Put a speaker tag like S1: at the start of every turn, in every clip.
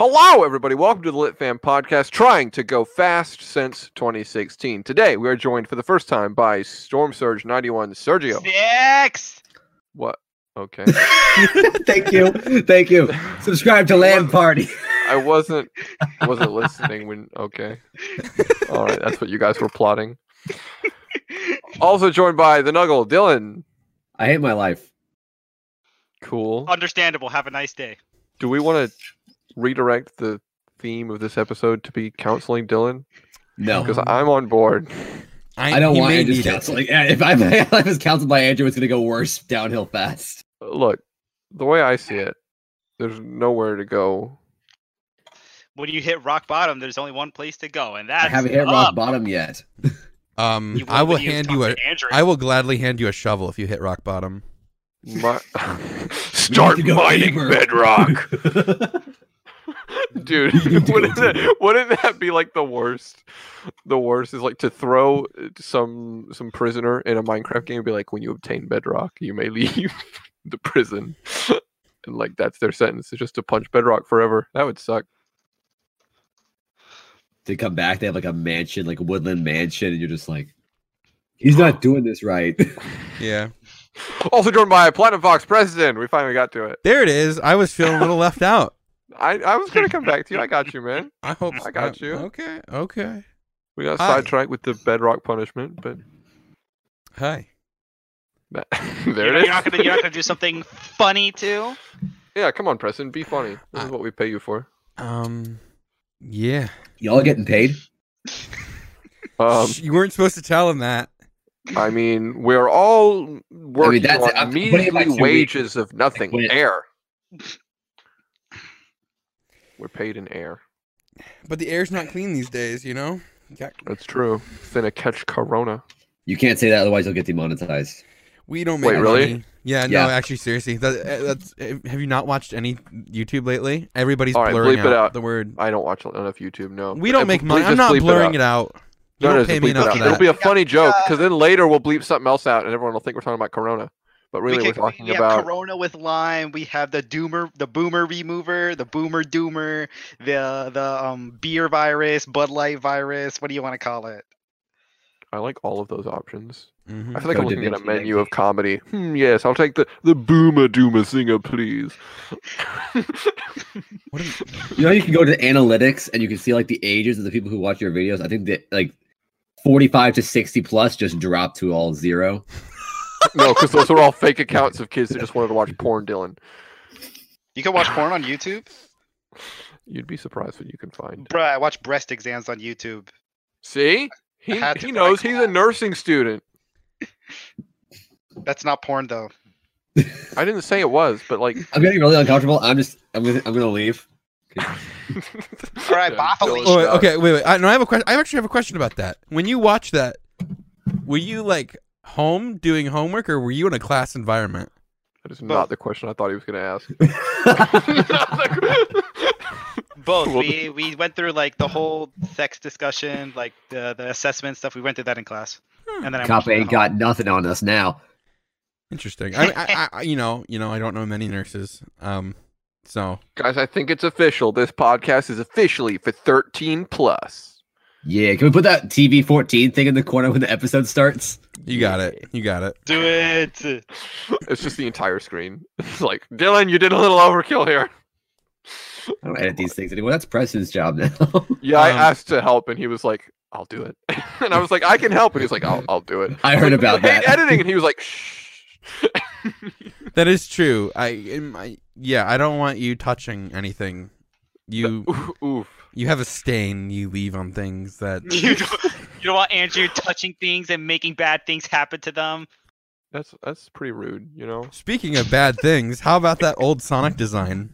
S1: Hello, everybody. Welcome to the Lit Fam podcast, trying to go fast since 2016. Today, we are joined for the first time by Storm Surge 91 Sergio.
S2: Six.
S1: What? Okay.
S3: Thank you. Thank you. Subscribe to Land Party.
S1: I wasn't wasn't listening when okay. All right, that's what you guys were plotting. Also joined by the Nuggle, Dylan.
S3: I hate my life.
S1: Cool.
S2: Understandable. Have a nice day.
S1: Do we want to redirect the theme of this episode to be counseling Dylan?
S3: No.
S1: Because I'm on board.
S3: I don't
S4: he
S3: want
S4: may
S3: Andrew's
S4: need it.
S3: counseling. Yeah, If I, my life is counseled by Andrew, it's going to go worse downhill fast.
S1: Look, the way I see it, there's nowhere to go
S2: When you hit rock bottom, there's only one place to go, and
S3: I
S2: that's
S3: haven't hit
S2: up.
S3: rock bottom yet.
S4: Um,
S2: You
S4: I
S2: will
S4: will
S2: when you
S4: hand
S2: talk
S4: you a.
S2: to Andrew.
S4: I will gladly hand you a shovel if you hit rock bottom.
S1: My, start
S3: to go
S1: mining
S3: deeper.
S1: bedrock, dude.
S3: We need to
S1: Wouldn't
S3: go deeper.
S1: that, wouldn't that be like the worst? The worst is like to throw uh, some some prisoner in a Minecraft game. And be like, when you obtain bedrock, you may leave the prison, and like that's their sentence. It's just to punch bedrock forever. That would suck.
S3: they come back, they have like a mansion, like a woodland mansion, and you're just like, he's not doing this right.
S4: Yeah,
S1: Also joined by Platinum Fox President. We finally got to it.
S4: there it is. I was feeling a little left out.
S1: I I was gonna come back to you. I got you, man.
S4: I hope
S1: I got you.
S4: Okay, okay.
S1: We got
S4: Hi.
S1: sidetracked with the bedrock punishment, but
S4: Hi.
S1: that,
S2: You're,
S1: there
S2: not-
S1: it is.
S2: you're not gonna. You're not gonna do something funny too.
S1: Yeah, come on, Preston. Be funny. This is
S4: Uh,
S1: what we pay you for.
S4: Um, yeah.
S3: Y'all getting paid?
S1: Um,
S4: Shh, you weren't supposed to tell him that.
S1: I mean, we're all working
S3: that's it.
S1: on
S3: I'm- what do you
S1: measly
S3: like to read?
S1: wages of nothing.
S3: quit.
S1: Air. We're paid in air.
S4: But the air's not clean these days, you know. Got-
S1: That's true. Finna catch corona.
S3: You can't say that, otherwise you'll get demonetized.
S4: We don't make
S1: Wait, really?
S4: money. Yeah,
S3: Yeah.
S4: no, actually, seriously. That, eh, that's, eh, have you not watched any YouTube lately? Everybody's
S1: All right,
S4: blurring
S1: bleep it out.
S4: the word.
S1: I don't watch enough YouTube. No,
S4: We don't
S1: Eh,
S4: make
S1: bleep-
S4: money. I'm
S1: just
S4: not
S1: bleep
S4: blurring it
S1: out.
S4: out. You
S1: No,
S4: don't
S1: no, just
S4: pay me
S1: bleep it
S4: enough
S1: out.
S4: for
S1: It'll
S4: that.
S1: be a funny joke
S2: uh,
S1: because then later we'll bleep something else out, and everyone will think we're talking about corona. But really,
S2: we
S1: we're
S2: can- we
S1: talking
S2: have
S1: about
S2: Corona with lime. We have the doomer, the boomer remover, the boomer doomer, the the um beer virus, Bud Light virus. What do you want to call it?
S1: I like all of those options.
S4: Mhm.
S2: Hmm.
S1: I feel like
S3: Go
S1: I'm looking
S3: Da
S1: at a
S3: Vinci, Da
S1: menu of comedy. Hmm, yes, I'll take the the boomer doomer singer, please.
S4: What am-
S3: You know, you can go to analytics and you can see like the ages of the people who watch your videos. I think that like 45 to 60 plus just drop to all zero.
S1: no, because those are all fake accounts of kids that just wanted to watch porn, Dylan.
S2: You can watch porn on YouTube,
S1: You'd be surprised what you can find.
S2: Bruh, I watch breast exams on YouTube.
S1: See? He,
S2: had to
S1: he knows
S2: buy
S1: he's a nursing student.
S2: That's not porn though.
S1: I didn't say it was, but like.
S3: I'm getting really uncomfortable. I'm just, I'm gonna, I'm gonna leave.
S2: All right, bye,
S1: Dylan's
S2: Felicia.
S4: Oh, wait,
S1: not-
S4: okay, wait, wait. I, no, I have a question. I actually have a question about that. When you watch that, were you like home doing homework, or were you in a class environment?
S1: That is
S2: Well-
S1: not the question I thought he was going to ask.
S2: Both.
S1: Well,
S2: We we went through like the whole sex discussion, like the the assessment stuff. We went through that in class, and then I
S3: Cop
S2: watched it at
S3: ain't
S2: home.
S3: got nothing on us now.
S4: Interesting. I, I, I- I, you know, you know, I don't know many nurses. Um, so
S1: Guys, I think it's official. This podcast is officially for 13 plus.
S3: Yeah, can we put that TV 14 thing in the corner when the episode starts?
S4: you got it. You got it.
S2: Do it.
S1: It's just the entire screen. It's like, Dylan, you did a little overkill here.
S3: I don't edit these things anymore. That's Preston's job now.
S1: Yeah, I
S4: Um,
S1: asked to help, and he was like, "I'll do it," and I was like, "I can help," and he was like, "I'll, I'll do it."
S3: I
S1: was
S3: heard
S1: like, "You
S3: about
S1: hate
S3: that."
S1: editing, and he was like, "Shh."
S4: That is true. I, in my, yeah, I don't want you touching anything. You,
S1: Oof, oof.
S4: you have a stain you leave on things that.
S2: You don't, you don't want Andrew touching things and making bad things happen to them.
S1: That's that's pretty rude, you know.
S4: Speaking of bad things, how about that old Sonic design?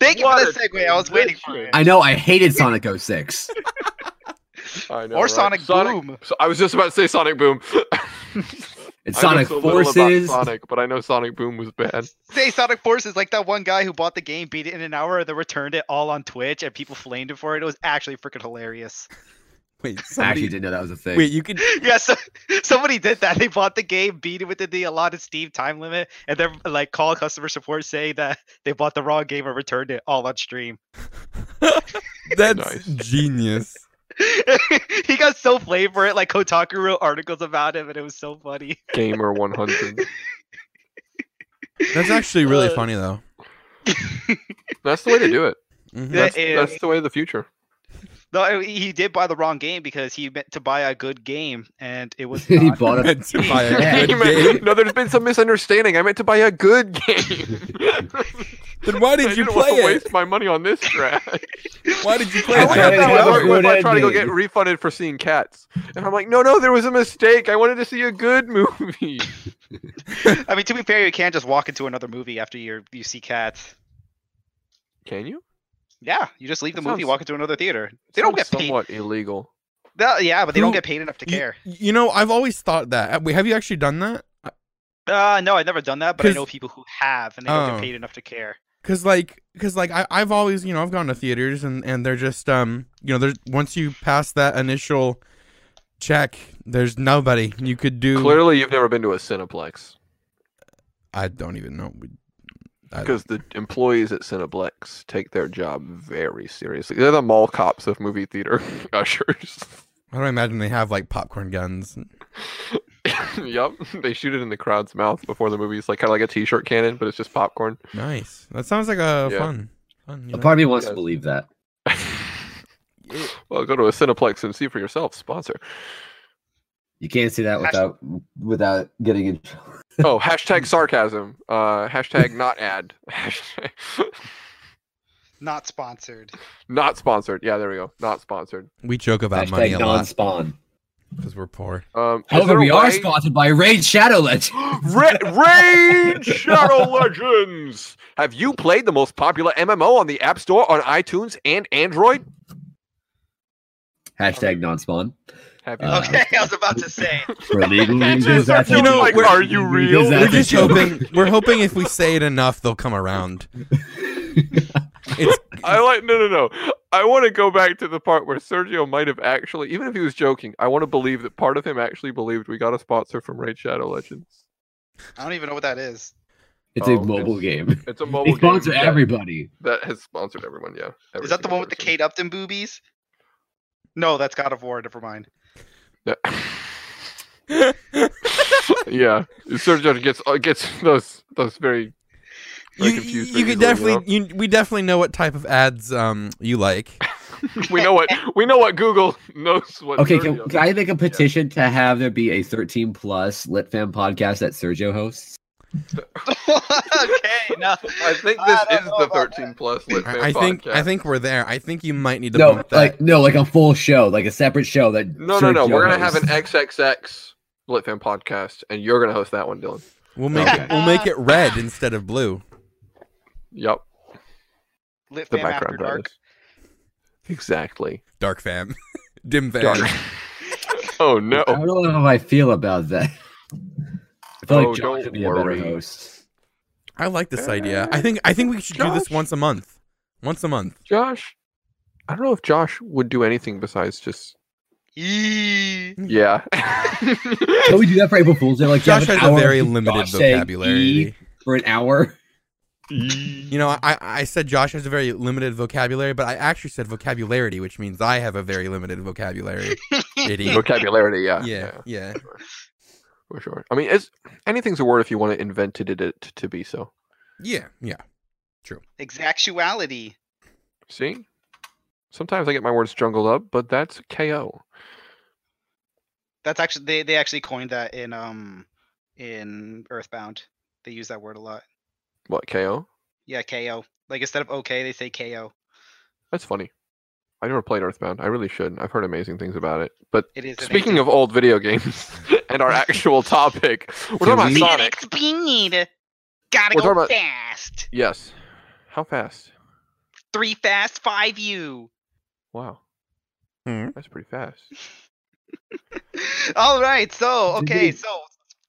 S2: Thank you
S1: What
S2: for
S1: a
S2: the segue. I was waiting for it.
S3: I know I hated Sonic 06.
S1: I know,
S2: or
S1: right?
S2: Sonic,
S1: Sonic.
S2: Boom.
S1: So I was just about to say Sonic Boom.
S3: It's
S1: I know
S3: Sonic
S1: so little about
S3: Forces.
S1: Sonic, but I know Sonic Boom was bad.
S2: Say Sonic Forces, like that one guy who bought the game, beat it in an hour, and then returned it all on Twitch, and people flamed him for it. It was actually freaking hilarious.
S4: Wait,
S3: I actually
S4: somebody,
S3: didn't know that was a thing.
S4: wait, you could
S2: yeah, so, somebody did that. They bought the game, beat it within the allotted Steam time limit, and then like call customer support saying that they bought the wrong game and returned it all on stream.
S4: That's
S1: Nice.
S4: genius.
S2: he got so blamed for it. Like Kotaku wrote articles about him, and it was so funny.
S1: Gamer 100.
S4: That's actually really
S2: Uh,
S4: funny though.
S1: That's the way to do it.
S4: Mhm.
S2: Yeah.
S1: That's, that's the way of the future.
S2: No, I- he did buy the wrong game because he meant to buy a good game, and it was.
S3: he
S2: not-
S3: bought a
S4: Meant to buy a
S3: Yeah.
S1: You
S4: good
S1: meant-
S4: game.
S1: no, there's been some misunderstanding. I meant to buy a good game.
S4: Then why did
S1: I
S4: you
S1: didn't want
S4: play
S1: to
S4: it?
S1: waste my money on this trash.
S4: Why did you play
S1: I
S3: I
S4: it?
S1: went
S3: tried
S1: out
S3: to
S1: that
S3: have a
S1: way with
S3: good
S1: my trying to go get
S3: ending.
S1: refunded for seeing cats, and I'm like, no, no, there was a mistake. I wanted to see a good movie.
S2: I mean, to be fair, you can't just walk into another movie after you you see cats.
S1: Can you?
S2: Yeah, you just leave the
S1: That
S2: movie,
S1: sounds-
S2: walk into another theater. They don't get
S1: Sounds
S2: paid.
S1: somewhat illegal.
S2: No, yeah, but they
S4: Who-
S2: don't get paid enough to
S4: You-
S2: care.
S4: You, know, I've always thought that. Uh, Wait, have you actually done that?
S2: Uh, no, I've never done that, but I
S4: 'Cause-
S2: know people who have, and they don't
S4: Oh.
S2: get paid enough to care.
S4: Cause like, cause like, I, I've always, you know, I've gone to theaters and and they're just, um, you know, there's once you pass that initial check, there's nobody you could do.
S1: Clearly, you've never been to a Cineplex
S4: I don't even know. We- I-
S1: because the employees at Cineplex take their job very seriously. They're the mall cops of movie theater ushers.
S4: I don't imagine they have like popcorn guns.
S1: yep, they shoot it in the crowd's mouth before the movie. It's like kind of like a t-shirt cannon, but it's just popcorn.
S4: Nice. That sounds like a
S1: Yeah.
S4: fun. fun you
S3: A
S4: know?
S3: part of me wants
S1: Yeah.
S3: to believe that.
S1: well, go to a Cineplex and see for yourself. Sponsor.
S3: You can't see that
S2: Hash-
S3: without without getting in. trouble.
S1: Oh, hashtag sarcasm. Uh, hashtag not ad. Hashtag
S2: Not sponsored.
S1: not sponsored. Yeah, there we go. Not sponsored.
S4: we joke about money
S3: Hashtag
S4: a lot
S3: non-spawn.
S4: because we're poor.
S1: Um, is
S3: However,
S1: there a
S3: we are
S1: way-
S3: sponsored by Raid Shadow Legend.
S1: Ra- Raid Shadow Legends. Have you played the most popular MMO on the App Store on iTunes and Android?
S3: Hashtag non-spawn.
S1: Have you?
S4: Oh.
S3: Uh,
S2: okay, I was about to say.
S3: For legal
S1: Just
S3: reasons. that's
S1: you
S3: a
S1: know,
S3: joke.
S1: like, are you
S3: Because
S1: real?
S4: We're
S3: that's a
S4: just
S3: joke.
S4: hoping. We're hoping if we say it enough, they'll come around. It's
S1: I like no, no, no. I want to go back to the part where Sergio might have actually, even if he was joking, I want to believe that part of him actually believed we got a sponsor from Raid Shadow Legends.
S2: I don't even know what that is.
S3: It's a
S1: Oh,
S3: mobile
S1: it's-
S3: game.
S1: It's a
S3: They
S1: mobile
S3: sponsor
S1: game that-
S3: everybody.
S1: that has sponsored everyone. Yeah. every
S2: Is that the
S1: single
S2: one with the
S1: person.
S2: Kate Upton boobies? No, that's God of War. Never mind.
S1: Yeah, Sergio gets uh, gets those those very. very
S4: you,
S1: confused
S4: you
S1: very
S4: could
S1: easily,
S4: definitely you, we definitely know what type of ads um you like
S1: know? we know what we know what Google knows what.
S3: Okay, can,
S1: Sergio-
S3: can I make a petition to have there be a 13 plus lit fam podcast that Sergio hosts?
S2: okay, no.
S1: I think
S2: I
S1: this
S2: don't
S1: is
S2: know
S1: the
S2: about
S1: 13 plus lit fan
S4: I, I think
S1: podcast.
S4: i think we're there i think you might need to
S3: No,
S4: bump that
S3: like no, like a full show, like a separate show that.
S1: No, no, no.
S3: Sergio
S1: We're gonna have an
S3: hosts.
S1: XXX lit fan podcast, and you're gonna host that one, Dylan.
S4: we'll make it we'll make it red instead of blue
S1: Yep.
S2: Lit
S1: The
S2: Fam After
S1: background
S2: Dark.
S1: brothers. Exactly.
S4: dark fam dim fam
S1: Dark. oh no.
S3: I don't know how I feel about that. I feel
S1: Oh,
S3: like John
S1: don't
S3: should be a better
S1: worry.
S3: host.
S4: i like this idea i think i think we should do this
S1: Josh.
S4: once a month once a month
S1: Josh. I don't know if Josh would do anything besides just
S2: Eee.
S1: yeah.
S3: Can we do that for April Fool's Day? Like
S4: josh
S3: have an
S4: has
S3: hour
S4: a
S3: of
S4: very
S3: just
S4: limited
S3: Josh saying E
S4: vocabulary
S3: for an hour.
S4: you know I, I said josh has a very limited vocabulary but i actually said vocabulary which means i have a very limited vocabulary idiot
S1: Vocabulary, yeah,
S4: yeah yeah
S1: for sure. I mean, it's anything's a word if you want to invented it it to be so.
S4: yeah yeah
S2: Exactuality.
S1: See, sometimes I get my words jungled up, but that's KO.
S2: That's actually they, they actually coined that in um in Earthbound. They use that word a lot.
S1: What KO?
S2: Yeah, KO. Like instead of okay, they say KO.
S1: That's funny. I never played Earthbound. I really should. I've heard amazing things about it. But
S2: It is.
S1: speaking of old video games and our actual topic, we're
S3: Can
S1: talking about
S3: we-
S1: Sonic.
S2: speed, gotta
S1: We're
S2: go
S1: talking about-
S2: fast.
S1: Yes. How fast?
S2: Three fast, five you.
S1: Wow.
S4: Hmm.
S1: That's pretty fast.
S2: All right, so okay, so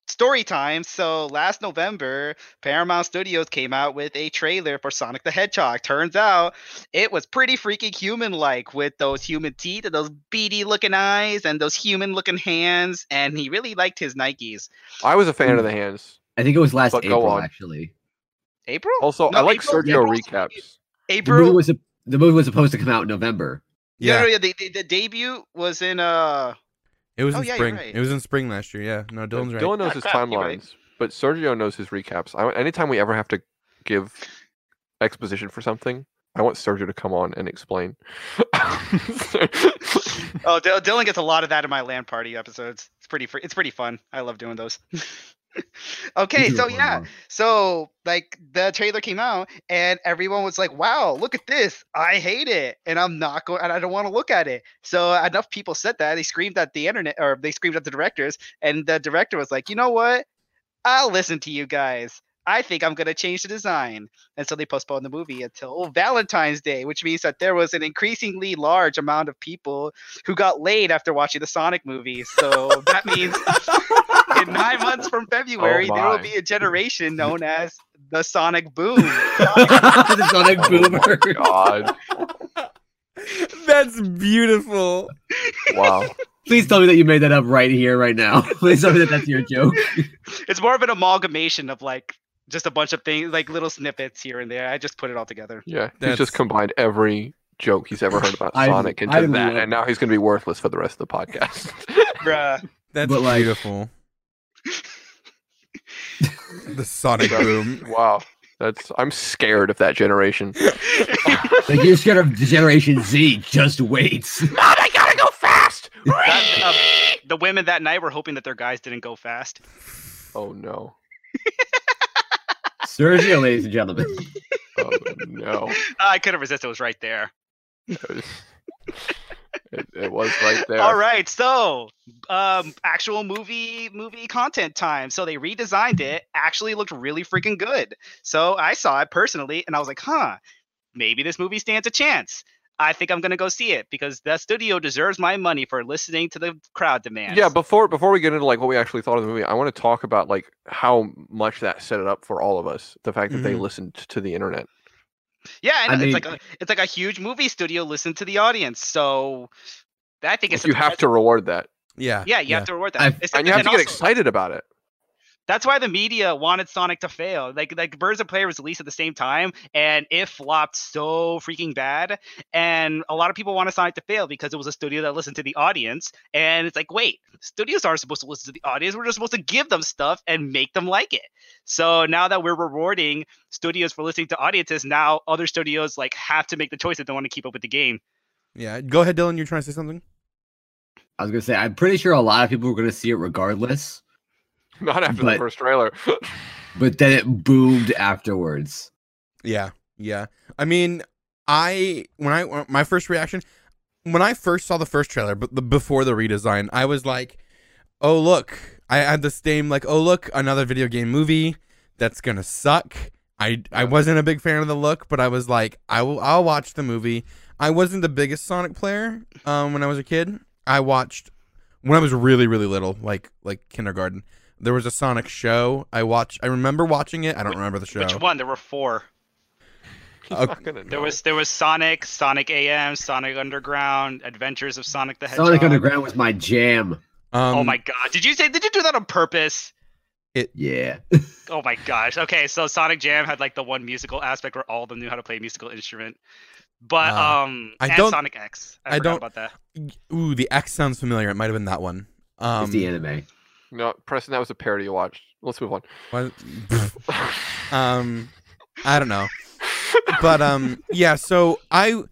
S2: story time. So last November, Paramount Studios came out with a trailer for Sonic the Hedgehog. Turns out it was pretty freaking human like with those human teeth and those beady looking eyes and those human looking hands. And he really liked his Nikes.
S1: I was a fan of the hands.
S3: I think it was last
S1: But go
S3: April
S1: on.
S3: actually.
S2: April?
S1: Also,
S2: No,
S1: I like
S2: April-
S1: Sergio
S2: April's-
S1: recaps.
S3: The movie
S2: April?
S3: was the movie was supposed to come out in November.
S2: Yeah,
S4: Yeah,
S2: no, yeah the, the, the debut was in uh
S4: it was
S2: Oh,
S4: in
S2: yeah, you're
S4: spring.
S2: right.
S4: It was in spring last year. Yeah, no, Dylan's right.
S1: Dylan knows
S2: Ah,
S1: his
S2: crap, you're right.
S1: timelines, but Sergio knows his recaps. I, anytime we ever have to give exposition for something, I want Sergio to come on and explain.
S2: oh Dylan Dylan gets a lot of that in my land party episodes. It's pretty fr- it's pretty fun. I love doing those. okay,
S3: These are
S2: so
S3: the
S2: yeah,
S3: ones.
S2: So, like, the trailer came out, and everyone was like, "Wow, look at this! I hate it, and I'm not going, and I don't want to look at it." So enough people said that they screamed at the internet, or they screamed at the directors, and the director was like, "You know what? I'll listen to you guys. I think I'm gonna change the design." And so they postponed the movie until Valentine's Day, which means that there was an increasingly large amount of people who got laid after watching the Sonic movie. So that means in nine months from February, there will
S1: my.
S2: be a generation known as the Sonic Boom.
S3: the Sonic
S1: Oh my
S3: Boomer.
S1: God,
S4: That's beautiful.
S1: wow.
S3: Please tell me that you made that up right here, right now. Please tell me that that's your joke.
S2: it's more of an amalgamation of like just a bunch of things, like little snippets here and there. I just put it all together.
S1: Yeah, he's
S4: That's-
S1: just combined every joke he's ever heard about
S3: I-
S1: Sonic into
S3: I
S1: that,
S3: love-
S1: and now he's going to be worthless for the rest of the podcast.
S2: Bruh.
S4: That's
S3: But, like-
S4: beautiful. the Sonic boom.
S1: wow, that's I'm scared of that generation.
S3: Like you're scared of Generation Z. Just wait.
S1: God, I gotta go fast.
S2: That, um, the women that night were hoping that their guys didn't go fast.
S1: oh no.
S3: Sergio, ladies and gentlemen.
S1: Oh no.
S2: I couldn't resist. It was right there.
S1: It was, it, it was right there.
S2: All right, so um, actual movie movie content time. So they redesigned it. Actually, looked really freaking good. So I saw it personally, and I was like, huh, maybe this movie stands a chance. I think I'm gonna go see it because the studio deserves my money for listening to the crowd demands.
S1: Yeah, before before we get into like what we actually thought of the movie, I want to talk about like how much that set it up for all of us. The fact that they
S4: Mhm.
S1: listened to the internet.
S2: yeah, I
S3: I
S2: know,
S3: mean-
S2: it's like a, it's like a huge movie studio listen to the audience. So I think it's
S1: you have to reward that,
S4: Yeah.
S2: Yeah, you have to reward that.
S3: I've-
S2: It's-
S1: and you have to get
S2: also-
S1: excited about it.
S2: That's why the media wanted Sonic to fail. Like like Birds of Prey was released at the same time, and it flopped so freaking bad. And a lot of people wanted Sonic to fail because it was a studio that listened to the audience. And it's like, wait, studios aren't supposed to listen to the audience. We're just supposed to give them stuff and make them like it. So now that we're rewarding studios for listening to audiences, now other studios like have to make the choice if they want to keep up with the game.
S4: Yeah. Go ahead, Dylan. You're trying to say something?
S3: I was gonna say I'm pretty sure a lot of people were gonna see it regardless,
S1: Not after the
S3: But-
S1: first trailer.
S3: but then it boomed afterwards.
S4: Yeah, yeah. I mean, I when I when- my first reaction when I first saw the first trailer, but the, before the redesign, I was like, "Oh look!" I had the same like, "Oh look, another video game movie that's gonna suck." I I wasn't a big fan of the look, but I was like, "I will I'll watch the movie." I wasn't the biggest Sonic player um, when I was a kid. I watched when I was really really little, like like kindergarten. There was a Sonic show. I watched. I remember watching it. I don't remember the show.
S2: Which one? There were four.
S1: He's
S4: Okay.
S1: not gonna
S2: There
S1: know.
S2: was there was Sonic, Sonic AM, Sonic Underground, Adventures of Sonic the Hedgehog.
S3: Sonic Underground was my jam.
S4: Um,
S2: oh my god! Did you say? Did you do that on purpose?
S3: Yeah.
S2: Oh my gosh! Okay, so Sonic Jam had like the one musical aspect where all of them knew how to play a musical instrument, but
S4: Ah.
S2: um,
S4: I
S2: and
S4: don't-
S2: Sonic X. I,
S4: I
S2: forgot
S4: don't-
S2: about that.
S4: Ooh, the X sounds familiar. It might have been that one. Um,
S3: it's the anime.
S1: no, Preston. That was a parody you watched. Let's move on.
S4: why- um, I don't know, but um, yeah. So I,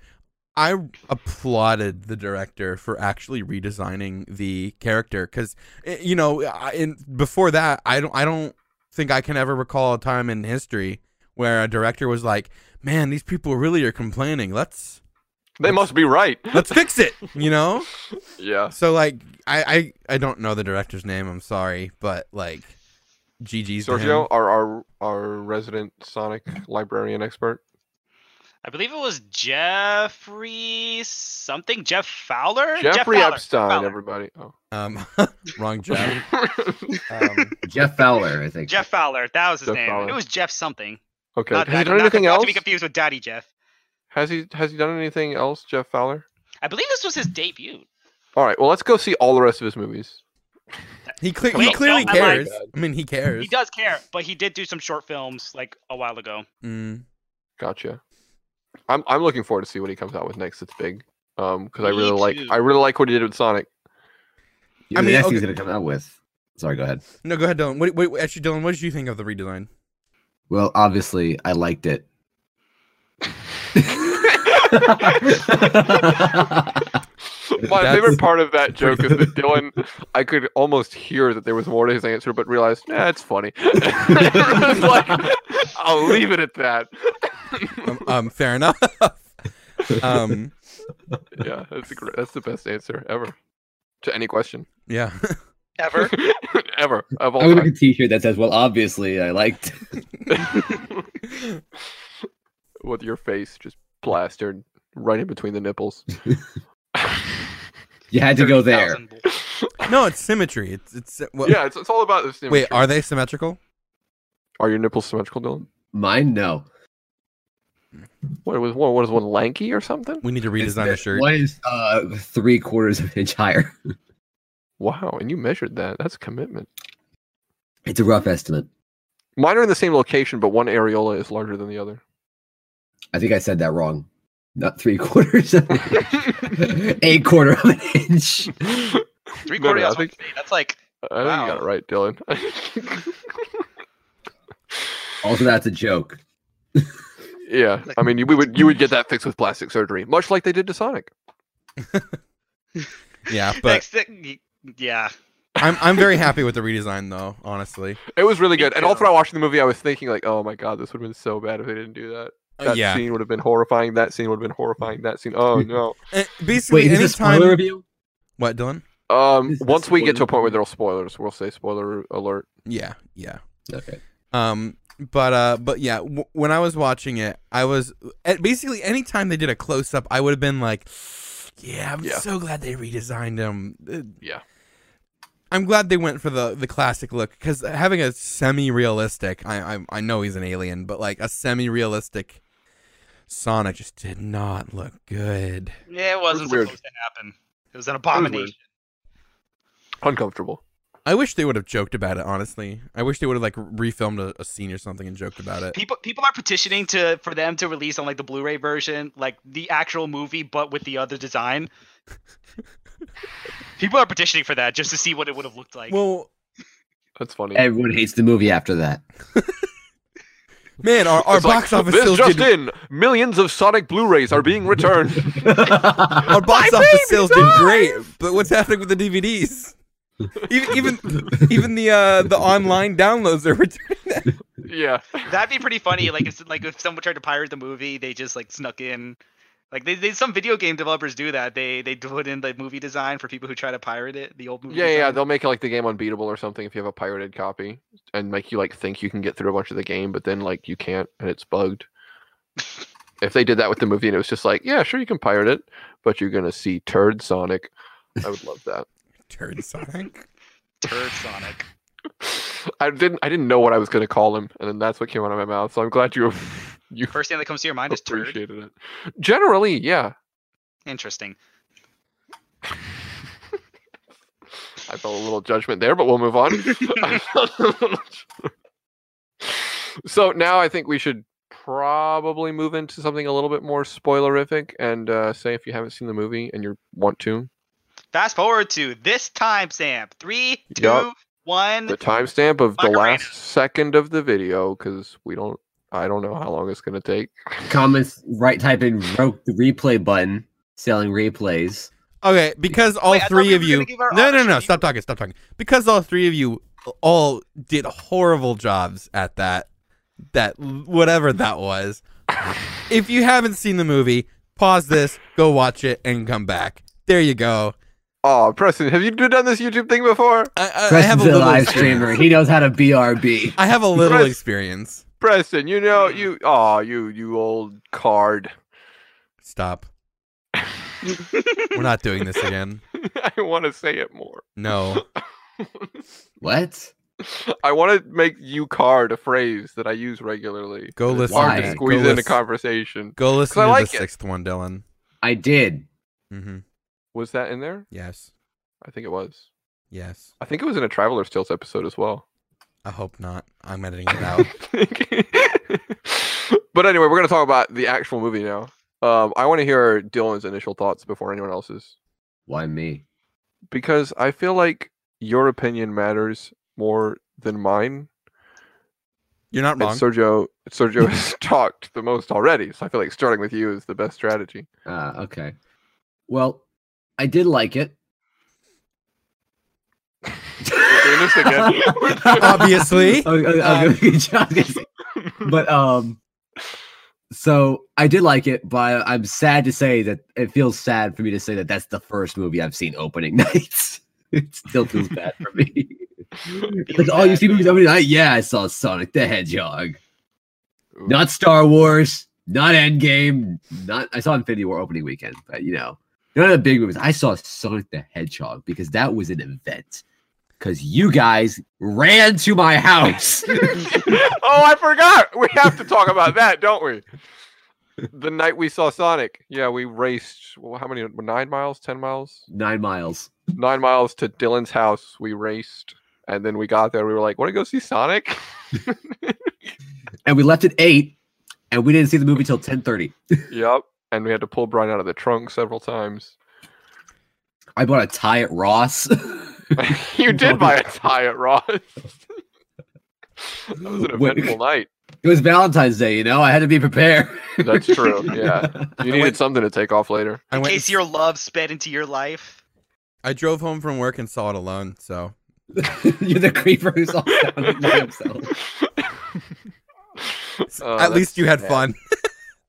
S4: I applauded the director for actually redesigning the character because you know, I, in, before that, I don't, I don't think I can ever recall a time in history where a director was like, "Man, these people really are complaining. Let's
S1: they must be right.
S4: let's fix it." You know.
S1: yeah.
S4: So like I, I I don't know the director's name. I'm sorry, but like GG's to him.
S1: Sergio, our our our resident Sonic librarian expert.
S2: I believe it was Jeffrey something. Jeff Fowler. Jeff
S1: Jeffrey
S2: Fowler,
S1: Epstein,
S2: Fowler.
S1: everybody. Oh.
S4: Um, wrong job. Um,
S3: Jeff Fowler, I think.
S2: Jeff Fowler. That was his
S1: Jeff
S2: name.
S1: Fowler.
S2: It was Jeff something.
S1: okay.
S2: Not
S1: has he
S2: Daddy-
S1: done
S2: not-
S1: anything
S2: not
S1: else?
S2: To be confused with Daddy Jeff.
S1: Has he has he done anything else, Jeff Fowler?
S2: I believe this was his debut.
S1: All right. Well, let's go see all the rest of his movies.
S4: he cle- he
S2: Wait,
S4: clearly
S2: no, I lied.
S4: cares. I mean, he cares.
S2: He does care, but he did do some short films like a while ago.
S4: Mm.
S1: Gotcha. I'm I'm looking forward to see what he comes out with next. It's big. Um, because I
S2: Me
S1: really like
S2: too.
S1: I really like what he did with Sonic.
S3: I
S4: I
S3: mean,
S4: mean,
S3: that's he's
S4: okay.
S3: gonna come out with. Sorry, go ahead.
S4: No, go ahead, Dylan. What, what, actually, Dylan, what did you think of the redesign?
S3: Well, obviously, I liked it.
S1: My
S4: That's
S1: favorite part of that
S4: pretty
S1: joke is that Dylan, I could almost hear that there was more to his answer, but realized, nah, it's funny. It's like, I'll leave it at that.
S4: Um, um, fair enough. um,
S1: yeah, that's the gr- that's the best answer ever to any question
S4: yeah.
S5: Ever.
S1: ever of all
S3: I'm gonna
S1: time.
S3: make a T-shirt that says, "Well, obviously, I liked."
S1: With your face just plastered right in between the nipples.
S3: You had to go there.
S2: 30,000 bull-
S4: No, it's symmetry. It's it's. Well,
S1: yeah, it's, it's all about this.
S4: Wait, are they symmetrical?
S1: are your nipples symmetrical, Dylan?
S3: Mine, no.
S1: What was one? What is one lanky or something?
S4: We need to
S3: It's-
S4: redesign the shirt.
S3: One is uh, three quarters of an inch higher.
S1: Wow, and you measured that. That's commitment.
S3: It's a rough estimate.
S1: Mine are in the same location, but one areola is larger than the other.
S3: I think I said that wrong. Not three quarters of an inch. a quarter of an inch.
S2: Three
S1: No, no, I
S2: quarters. that's what
S1: think-
S2: I'm saying. That's like
S1: I think you got it
S2: Wow.
S1: right, Dylan.
S3: Also, that's a joke.
S1: yeah, I mean, you, we would you would get that fixed with plastic surgery, much like they did to Sonic.
S4: Yeah, but
S2: next thing- yeah.
S4: I'm I'm very happy with the redesign though. Honestly,
S1: It was really
S2: Me
S1: good. And all
S2: too.
S1: throughout watching the movie, I was thinking like, oh my god, this would have been so bad if they didn't do that. That
S4: yeah.
S1: scene would have been horrifying. That scene would have been horrifying. That scene. Oh no.
S4: Eh, basically,
S3: Wait, is this
S4: anytime.
S3: spoiler review?
S4: What, Dylan?
S1: Um,
S3: Is this
S1: once we get to a
S3: spoiler?
S1: point where there are spoilers, we'll say spoiler alert.
S4: Yeah, yeah.
S3: Okay.
S4: Um, but uh, but yeah, w- when I was watching it, I was at basically anytime they did a close up, I would have been like, yeah, I'm
S1: Yeah.
S4: so glad they redesigned him. Uh,
S1: Yeah.
S4: I'm glad they went for the the classic look because having a semi realistic, I, I I know he's an alien, but like a semi realistic Sonic just did not look good.
S2: Yeah, it wasn't
S1: weird.
S2: supposed to happen. It was an abomination.
S1: Uncomfortable.
S4: I wish they would have joked about it. Honestly, I wish they would have like refilmed a, a scene or something and joked about it.
S2: People people are petitioning to for them to release on like the Blu-ray version, like the actual movie, but with the other design. people are petitioning for that just to see what it would have looked like.
S4: Well,
S1: That's funny.
S3: Everyone hates the movie after that.
S4: man, our, our
S1: It's like,
S4: box office
S1: This
S4: sales
S1: just
S4: did
S1: in: millions of Sonic Blu-rays are being returned.
S4: our box office sales did great, but what's happening with the DVDs? Even even even the uh, the online downloads are returning. That.
S1: yeah,
S2: That'd be pretty funny. Like, if, like if someone tried to pirate the movie, they just like snuck in. Like, they, they some video game developers do that. They they put in the movie design for people who try to pirate it. The old movie.
S1: yeah, yeah.
S2: design.
S1: They'll make it like the game unbeatable or something if you have a pirated copy, and make you like think you can get through a bunch of the game, but then like you can't, and it's bugged. if they did that with the movie, and it was just like, yeah, sure, you can pirate it, but you're gonna see turd Sonic. I would love that.
S4: Turd Sonic.
S2: Turd Sonic.
S1: I didn't. I didn't know what I was gonna call him, and then that's what came out of my mouth. So I'm glad you you
S2: First thing that comes to your mind is turd.
S1: appreciated it. Generally, yeah,
S2: Interesting.
S1: I felt a little judgment there, but we'll move on. I felt a little ju- so now I think we should probably move into something a little bit more spoilerific and uh, say if you haven't seen the movie and you want to,
S2: Fast forward to this time, Sam. Three, two, one.
S1: Yup. the timestamp of the
S2: Macarena.
S1: last second of the video because we don't. I don't know how long it's gonna take.
S3: Comments, right? Type in "rope the replay button." Selling replays.
S4: Okay, because all
S2: Wait, I thought
S4: three
S2: we
S4: of
S2: were
S4: you.
S2: gonna give our
S4: No, no, no!
S2: honest
S4: Stop talking. Stop talking. Because all three of you all did horrible jobs at that. That whatever that was. If you haven't seen the movie, pause this, go watch it, and come back. There you go.
S1: Oh, Preston, have you done this YouTube thing before?
S4: I, I, I have
S3: Preston's a,
S4: a little
S3: live
S4: experience.
S3: streamer. He knows how to BRB.
S4: I have a little
S1: Press-
S4: experience.
S1: Preston, you know
S2: Mm.
S1: you. Oh, you you old card.
S4: Stop. We're not doing this again.
S1: I want to say it more.
S4: No.
S3: What?
S1: I want to make you card a phrase that I use regularly.
S4: Go
S1: It's
S4: listen.
S1: hard
S3: Why?
S1: to
S4: Go
S1: squeeze in a
S4: lis-
S1: conversation.
S4: Go listen
S1: I
S4: to
S1: like
S4: the
S1: it.
S4: sixth one, Dylan.
S3: I did.
S4: Mm-hmm.
S1: Was that in there?
S4: Yes.
S1: I think it was.
S4: Yes.
S1: I think it was in a Traveler's Tales episode as well.
S4: I hope not. I'm editing it out.
S1: but anyway, we're gonna talk about the actual movie now. Um, I want to hear Dylan's initial thoughts before anyone else's,
S3: Why me?
S1: because I feel like your opinion matters more than mine.
S4: You're not
S1: And
S4: wrong.
S1: Sergio, Sergio has talked the most already, so I feel like starting with you is the best strategy.
S3: Ah, okay. Well, I did like it.
S1: We're doing this again.
S4: Obviously.
S3: I was- I was- I was gonna- I was gonna say- but um, so I did like it, but I'm sad to say that it feels sad for me to say that that's the first movie I've seen opening nights. It still feels bad for me. It's like, oh, you see movies opening night? Yeah, I saw Sonic the Hedgehog.
S1: Ooh.
S3: Not Star Wars. Not Endgame. Not I saw Infinity War opening weekend, but you know, none of the big movies. I saw Sonic the Hedgehog because that was an event. Because you guys ran to my house.
S1: oh, I forgot. We have to talk about that, don't we? The night we saw Sonic, yeah, we raced. Well, how many? Nine miles? Ten miles?
S3: Nine miles.
S1: nine miles to Dylan's house. We raced, and then we got there. We were like, "Want to go see Sonic?"
S3: and we left at eight, and we didn't see the movie till ten thirty.
S1: yep. And we had to pull Brian out of the trunk several times.
S3: I bought a tie at Ross.
S1: you did buy a tie at Ross. that was an
S3: Wait.
S1: eventful night.
S3: It was Valentine's Day, you know. I had to be prepared.
S1: That's true. Yeah, you needed
S4: went-
S1: something to take off later.
S4: I
S2: In
S4: went.
S2: case your love sped into your life.
S4: I drove home from work and saw it alone. So
S3: You're the creeper who's all down by himself.
S1: Uh,
S2: Oh,
S4: at least
S1: that's
S4: you had
S1: sad.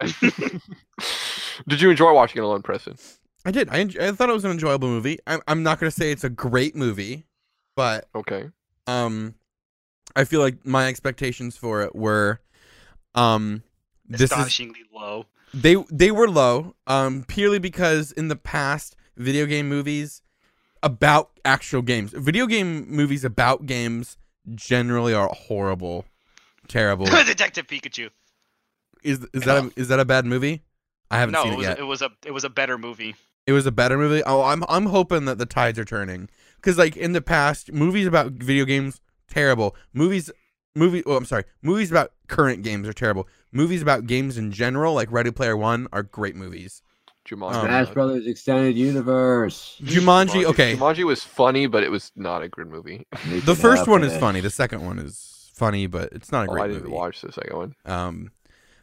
S4: fun.
S1: Did you enjoy watching it alone, Preston?
S4: I did. I, enj- I thought it was an enjoyable movie. I'm, I'm not gonna say it's a great movie, but
S1: Okay.
S4: um, I feel like my expectations for it were, um, this is
S2: Astonishingly low.
S4: they they were low um purely because in the past video game movies about actual games video game movies about games generally are horrible terrible
S2: Detective Pikachu.
S4: is is that a, is that a bad movie i haven't
S2: No,
S4: seen
S2: it
S4: it
S2: was,
S4: yet
S2: it was a it was a better movie.
S4: it was a better movie oh i'm i'm hoping that the tides are turning cuz like in the past movies about video games terrible movies movie oh i'm sorry movies about current games are terrible movies about games in general like ready player 1 are great movies
S1: Jumanji.
S4: Um,
S3: Smash Brothers Extended Universe.
S4: Jumanji, okay.
S1: Jumanji was funny, but it was not a good movie.
S4: The first one is funny. The second one is funny, but it's not a
S1: Oh,
S4: great
S1: I didn't
S4: movie.
S1: watch the second one.
S4: Um,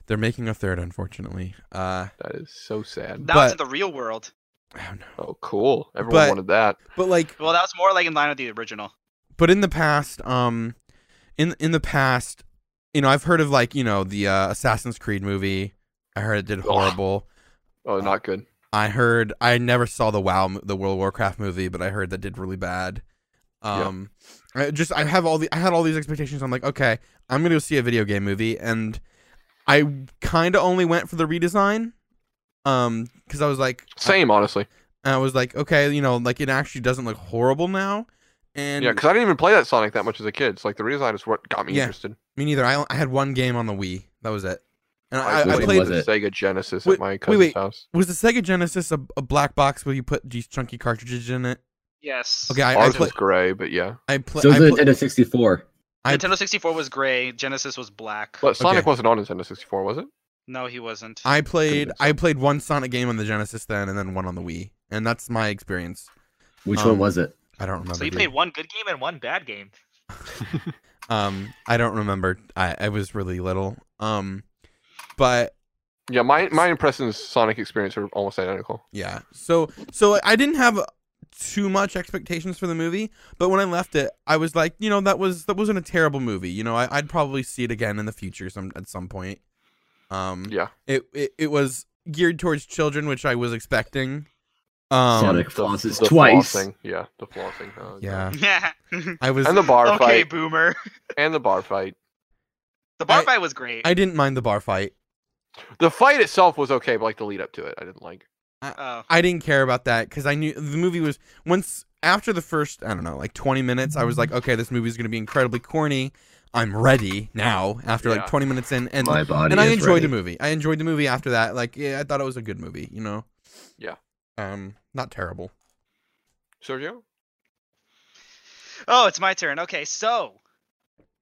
S4: they're making a third, unfortunately. Uh,
S1: That is so sad.
S2: Now
S4: But-
S2: it's in the real world.
S4: I don't know.
S1: Oh, cool. Everyone
S4: But-
S1: wanted that.
S4: But like,
S2: Well, that was more like in line with the original.
S4: but in the past, um, in in the past, you know, I've heard of like you know the uh, Assassin's Creed movie. I heard it did horrible.
S1: Oh, not good.
S4: I heard I never saw the WoW, mo- the World of Warcraft movie, but I heard that did really bad.
S1: Yeah.
S4: Um, I just I have all the I had all these expectations. I'm like, okay, I'm gonna go see a video game movie, and I kind of only went for the redesign, um, because I was like,
S1: Same, honestly.
S4: I, I was like, okay, you know, like it actually doesn't look horrible now,
S1: Yeah,
S4: and
S1: 'cause yeah, because I didn't even play that Sonic that much as a kid. So like the redesign is what got me
S4: Yeah.
S1: interested.
S4: me neither. I I had one game on the Wii, that was it, and I, I,
S3: Which
S4: I
S3: one
S4: played.
S3: was
S4: Was,
S1: the
S3: it?
S1: Sega Genesis
S4: Wait,
S1: at my
S4: wait,
S1: cousin's
S4: wait.
S1: house.
S4: the Sega Genesis a, a black box where you put these chunky cartridges in it?
S2: Yes.
S4: Okay, I, I
S1: Ours
S4: play.
S1: was gray, but yeah.
S4: I play.
S3: So
S4: I
S3: is E the
S4: play-
S3: Nintendo 64.
S4: I-
S2: Nintendo 64 was gray. Genesis was black.
S1: But Sonic
S4: Okay.
S1: wasn't on Nintendo 64, was it?
S2: No, he wasn't.
S4: I played
S1: Could've been
S4: I played one Sonic game on the Genesis then, and then one on the Wii, and that's my experience.
S3: Which
S4: Um,
S3: one was it?
S4: I don't remember.
S2: so you
S4: dude.
S2: played one good game and one bad game.
S4: Um, I don't remember. I I was really little. Um, but
S1: Yeah, my my impressions Sonic experience are almost identical.
S4: yeah. So so I didn't have too much expectations for the movie, but when I left it, I was like, you know, that was that wasn't a terrible movie. You know, I, I'd probably see it again in the future some at some point. Um,
S1: Yeah.
S4: it it, it was geared towards children, which I was expecting. Um,
S3: Sonic
S1: The-
S3: flosses
S1: the
S3: twice.
S1: Flossing. Yeah, the flossing. Oh, God.
S4: Yeah,
S2: and
S4: I was.
S1: And the bar
S2: okay,
S1: fight.
S2: boomer.
S1: And the bar fight.
S2: The bar
S4: I-
S2: fight was great.
S4: I didn't mind the bar fight.
S1: The fight itself was okay, but like the lead up to it, I didn't like.
S2: Oh,
S4: I didn't care about that because I knew the movie was once after the first I don't know like 20 minutes I was like okay this movie's gonna be incredibly corny I'm ready now after
S1: Yeah.
S4: like 20 minutes in and
S3: My body.
S4: and I
S3: is
S4: enjoyed
S3: ready.
S4: the movie I enjoyed the movie after that like yeah I thought it was a good movie you know
S1: Yeah.
S4: um not terrible
S1: Sergio?
S2: oh, it's my turn. Okay, so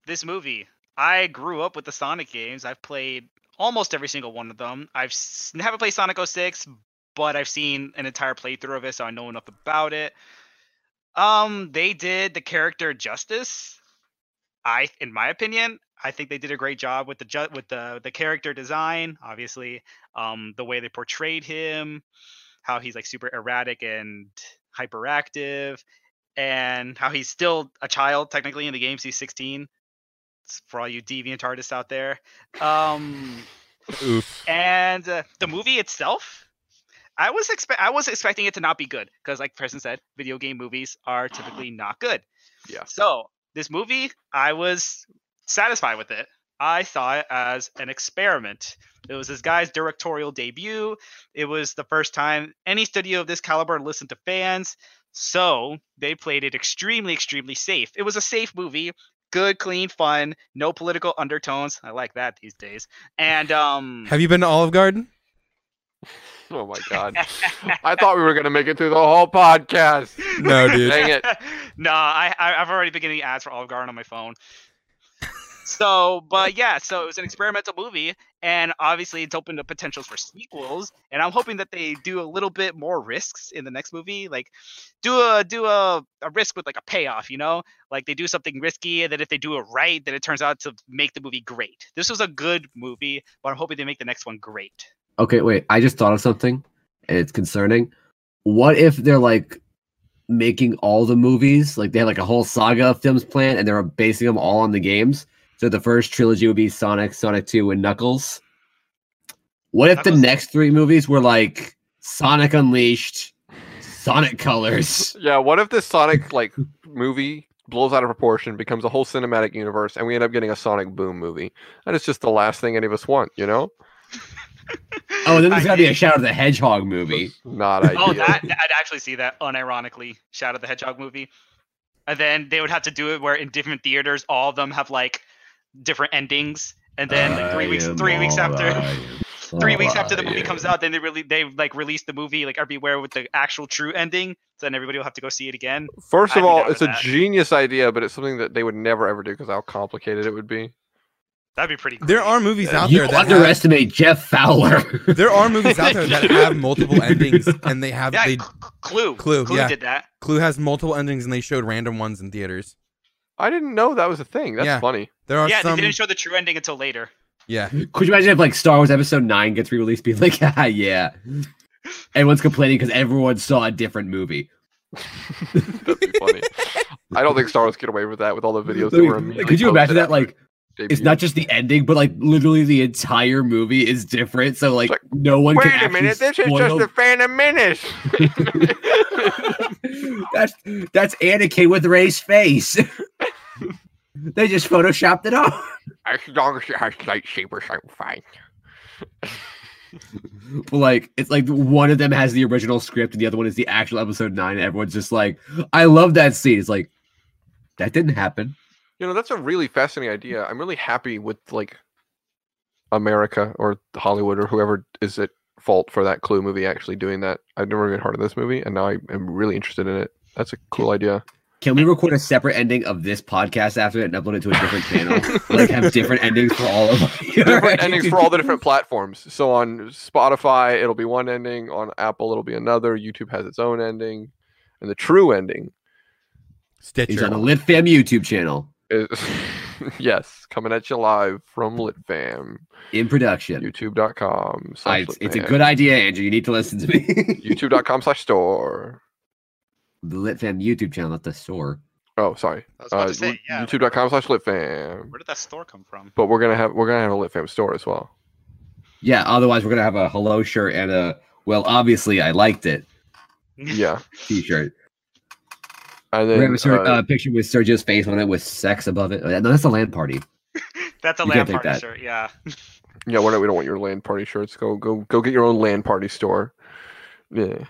S2: this movie, I grew up with the Sonic games. I've played almost every single one of them. I've s- haven't played Sonic 06, but I've seen an entire playthrough of it, so I know enough about it. Um, they did the character justice. I, in my opinion, I think they did a great job with the ju- with the the character design. Obviously, um, the way they portrayed him, how he's like super erratic and hyperactive, and how he's still a child technically in the game. 'cause He's 16. It's for all you deviant artists out there. Um,
S4: oof
S2: and uh, the movie itself, I was expect I was expecting it to not be good because, like Preston said, video game movies are typically not good.
S1: Yeah.
S2: So this movie, I was satisfied with it. I saw it as an experiment. It was this guy's directorial debut. It was the first time any studio of this caliber listened to fans. So they played it extremely, extremely safe. It was a safe movie, good, clean, fun, no political undertones. I like that these days. And um,
S4: have you been to Olive Garden
S1: Oh my god. I thought we were gonna make it through the whole podcast.
S4: No, dude.
S1: Dang it.
S2: no, I, I I've already been getting ads for Olive Garden on my phone. So, but yeah, so it was an experimental movie, and obviously it's open to potentials for sequels. And I'm hoping that they do a little bit more risks in the next movie, like do a do a, a risk with like a payoff, you know, like they do something risky, and then if they do it right, then it turns out to make the movie great. This was a good movie, but I'm hoping they make the next one great.
S3: Okay, wait. I just thought of something, and it's concerning. What if they're like making all the movies? Like they had like a whole saga of films planned, and they were basing them all on the games. So the first trilogy would be Sonic, Sonic Two, and Knuckles. What if the
S2: Knuckles-
S3: next three movies were like Sonic Unleashed, Sonic Colors?
S1: Yeah, what if this Sonic like movie blows out of proportion, becomes a whole cinematic universe, and we end up getting a Sonic Boom movie? And it's just the last thing any of us want, you know?
S3: Oh, and then there's
S2: I-
S3: gotta be a Shadow the Hedgehog movie.
S1: Not ideal.
S2: Oh, that I'd actually see that unironically. Shadow the Hedgehog movie, and then they would have to do it where in different theaters, all of them have like different endings, and then like, three weeks, three weeks after, three weeks after the movie comes out, then they really they like release the movie like everywhere with the actual true ending, so then everybody will have to go see it again.
S1: First
S2: I'd
S1: of
S2: be
S1: all,
S2: down
S1: it's a
S2: with that.
S1: genius idea, but it's something that they would never ever do because how complicated it would be.
S2: That'd be pretty. Great.
S4: there are movies out
S3: You
S4: there that have,
S3: underestimate Jeff Fowler.
S4: there are movies out there that have multiple endings and they have
S2: yeah,
S4: they
S2: Cl- Cl- Clue.
S4: Clue,
S2: Clue
S4: yeah.
S2: did that.
S4: Clue has multiple endings and they showed random ones in theaters
S1: I didn't know that was a thing. That's
S4: Yeah.
S1: funny.
S4: there are
S2: Yeah,
S4: some
S2: they didn't show the true ending until later.
S4: yeah
S3: Could you imagine if like Star Wars Episode Nine gets re-released, being like, ah, yeah, everyone's complaining because everyone saw a different movie.
S1: That'd be funny. I don't think Star Wars get away with that with all the videos that were
S3: Like,
S1: immediately
S3: could you
S1: posted
S3: imagine that?
S1: after
S3: Like,
S1: it
S3: it's
S1: debuted.
S3: not just the ending, but like literally the entire movie is different. So like,
S1: like,
S3: no one can
S1: Wait a
S3: actually
S1: minute, this is
S3: spoil-
S1: just a Phantom Menace.
S3: that's that's Anakin with Ray's face. they just photoshopped it off.
S1: as long as it has lightsabers, I'm fine.
S3: But like it's like one of them has the original script and the other one is the actual episode nine. And everyone's just like, I love that scene. It's like that didn't happen.
S1: You know, that's a really fascinating idea. I'm really happy with like America or Hollywood or whoever is at fault for that Clue movie actually doing that. I've never even heard of this movie, and now I am really interested in it. That's a cool idea.
S3: Can we record a separate ending of this podcast after it and upload it to a different channel? like have different endings for all of
S1: Different endings for all the different platforms. So on Spotify, it'll be one ending. On Apple, it'll be another. YouTube has its own ending, and the true ending
S3: He's
S4: Stitcher
S3: on the Lit Fam YouTube channel
S1: is yes, coming at you live from LitFam,
S3: in production.
S1: YouTube.com.
S3: I-
S1: slash
S3: Ah, it's, it's a
S1: LitFam,
S3: good idea, Andrew. You need to listen to me.
S1: YouTube.com slash store.
S3: the Lit Fam YouTube channel, not the store.
S1: Oh, sorry.
S2: I was about
S1: uh,
S2: to say, yeah.
S1: youtube.com slash litfam
S2: Where did that store come from?
S1: but we're gonna have we're gonna have a litfam store as well
S3: Yeah, otherwise we're gonna have a hello shirt and a well, obviously I liked it
S1: yeah
S3: t-shirt.
S1: and
S3: We
S1: then
S3: have a cer-
S1: uh,
S3: uh, picture with Sergio's face on it with sex above it. Uh, No, that's a land party.
S2: That's a
S3: You can't
S2: lamp
S3: take
S2: party
S3: that.
S2: shirt. Yeah.
S1: Yeah, we're not, we don't want your land party shirts. Go go go get your own land party store. Yeah,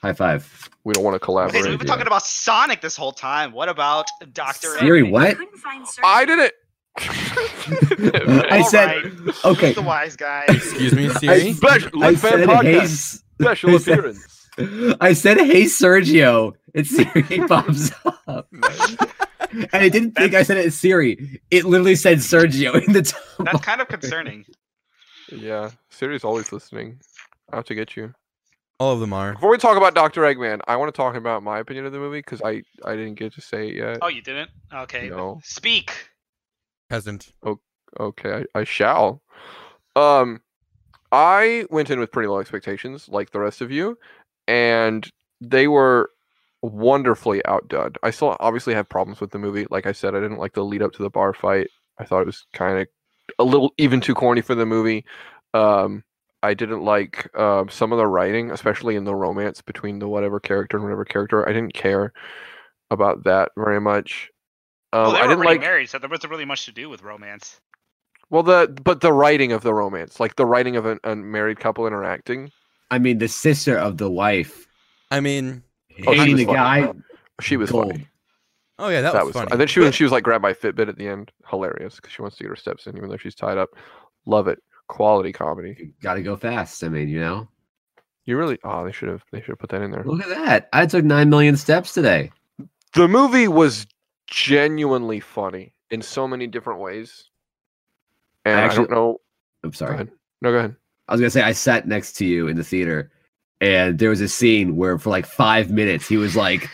S3: High five.
S1: we don't want to
S2: Okay, so
S1: collaborate.
S2: we've been
S3: yeah.
S2: talking about Sonic this whole time. What about Doctor?
S3: Siri, what?
S6: Couldn't find search.
S1: I did it.
S3: I said, okay.
S2: the wise guy.
S4: Excuse me, Siri.
S1: special,
S3: I said, hey,
S1: podcast,
S3: S-
S1: special
S3: I said-
S1: appearance.
S3: I said, hey, Sergio. And Siri pops up. And I didn't think I said it as Siri. It literally said Sergio in the top.
S2: That's kind of concerning.
S1: Yeah, Siri's always listening. I have to get you.
S4: All of them are.
S1: Before we talk about Doctor Eggman, I want to talk about my opinion of the movie because I I didn't get to say it yet.
S2: Oh, you didn't? Okay.
S1: No.
S2: Speak.
S4: Peasant.
S1: Okay, I, I shall. Um, I went in with pretty low expectations, like the rest of you, and they were wonderfully outdone. I still obviously have problems with the movie. Like I said, I didn't like the lead up to the bar fight. I thought it was kind of a little even too corny for the movie. Um, I didn't like um, some of the writing, especially in the romance between the whatever character and whatever character. I didn't care about that very much. Um,
S2: well, they
S1: I
S2: were
S1: didn't
S2: already
S1: like.
S2: married, so there wasn't really much to do with romance.
S1: Well, the but the writing of the romance, like the writing of an unmarried couple interacting,
S3: I mean, the sister of the wife
S4: I mean,
S1: Oh, she
S3: hating
S1: was
S3: the
S1: funny.
S3: guy.
S1: she was
S3: gold.
S1: funny.
S4: oh yeah, that,
S1: That
S4: was,
S1: was, fun.
S4: funny.
S1: and then she when she was like grab my Fitbit at the end, hilarious because she wants to get her steps in even though she's tied up. Love it, quality comedy.
S3: You gotta go fast. I mean, you know.
S1: You really oh they should have they should have put that in there.
S3: Look at that. I took nine million steps today.
S1: The movie was genuinely funny in so many different ways, and I,
S3: actually-
S1: don't know.
S3: I'm
S1: Go
S3: sorry.
S1: ahead. No, go ahead.
S3: I was gonna say I sat next to you in the theater, and there was a scene where for like five minutes he was like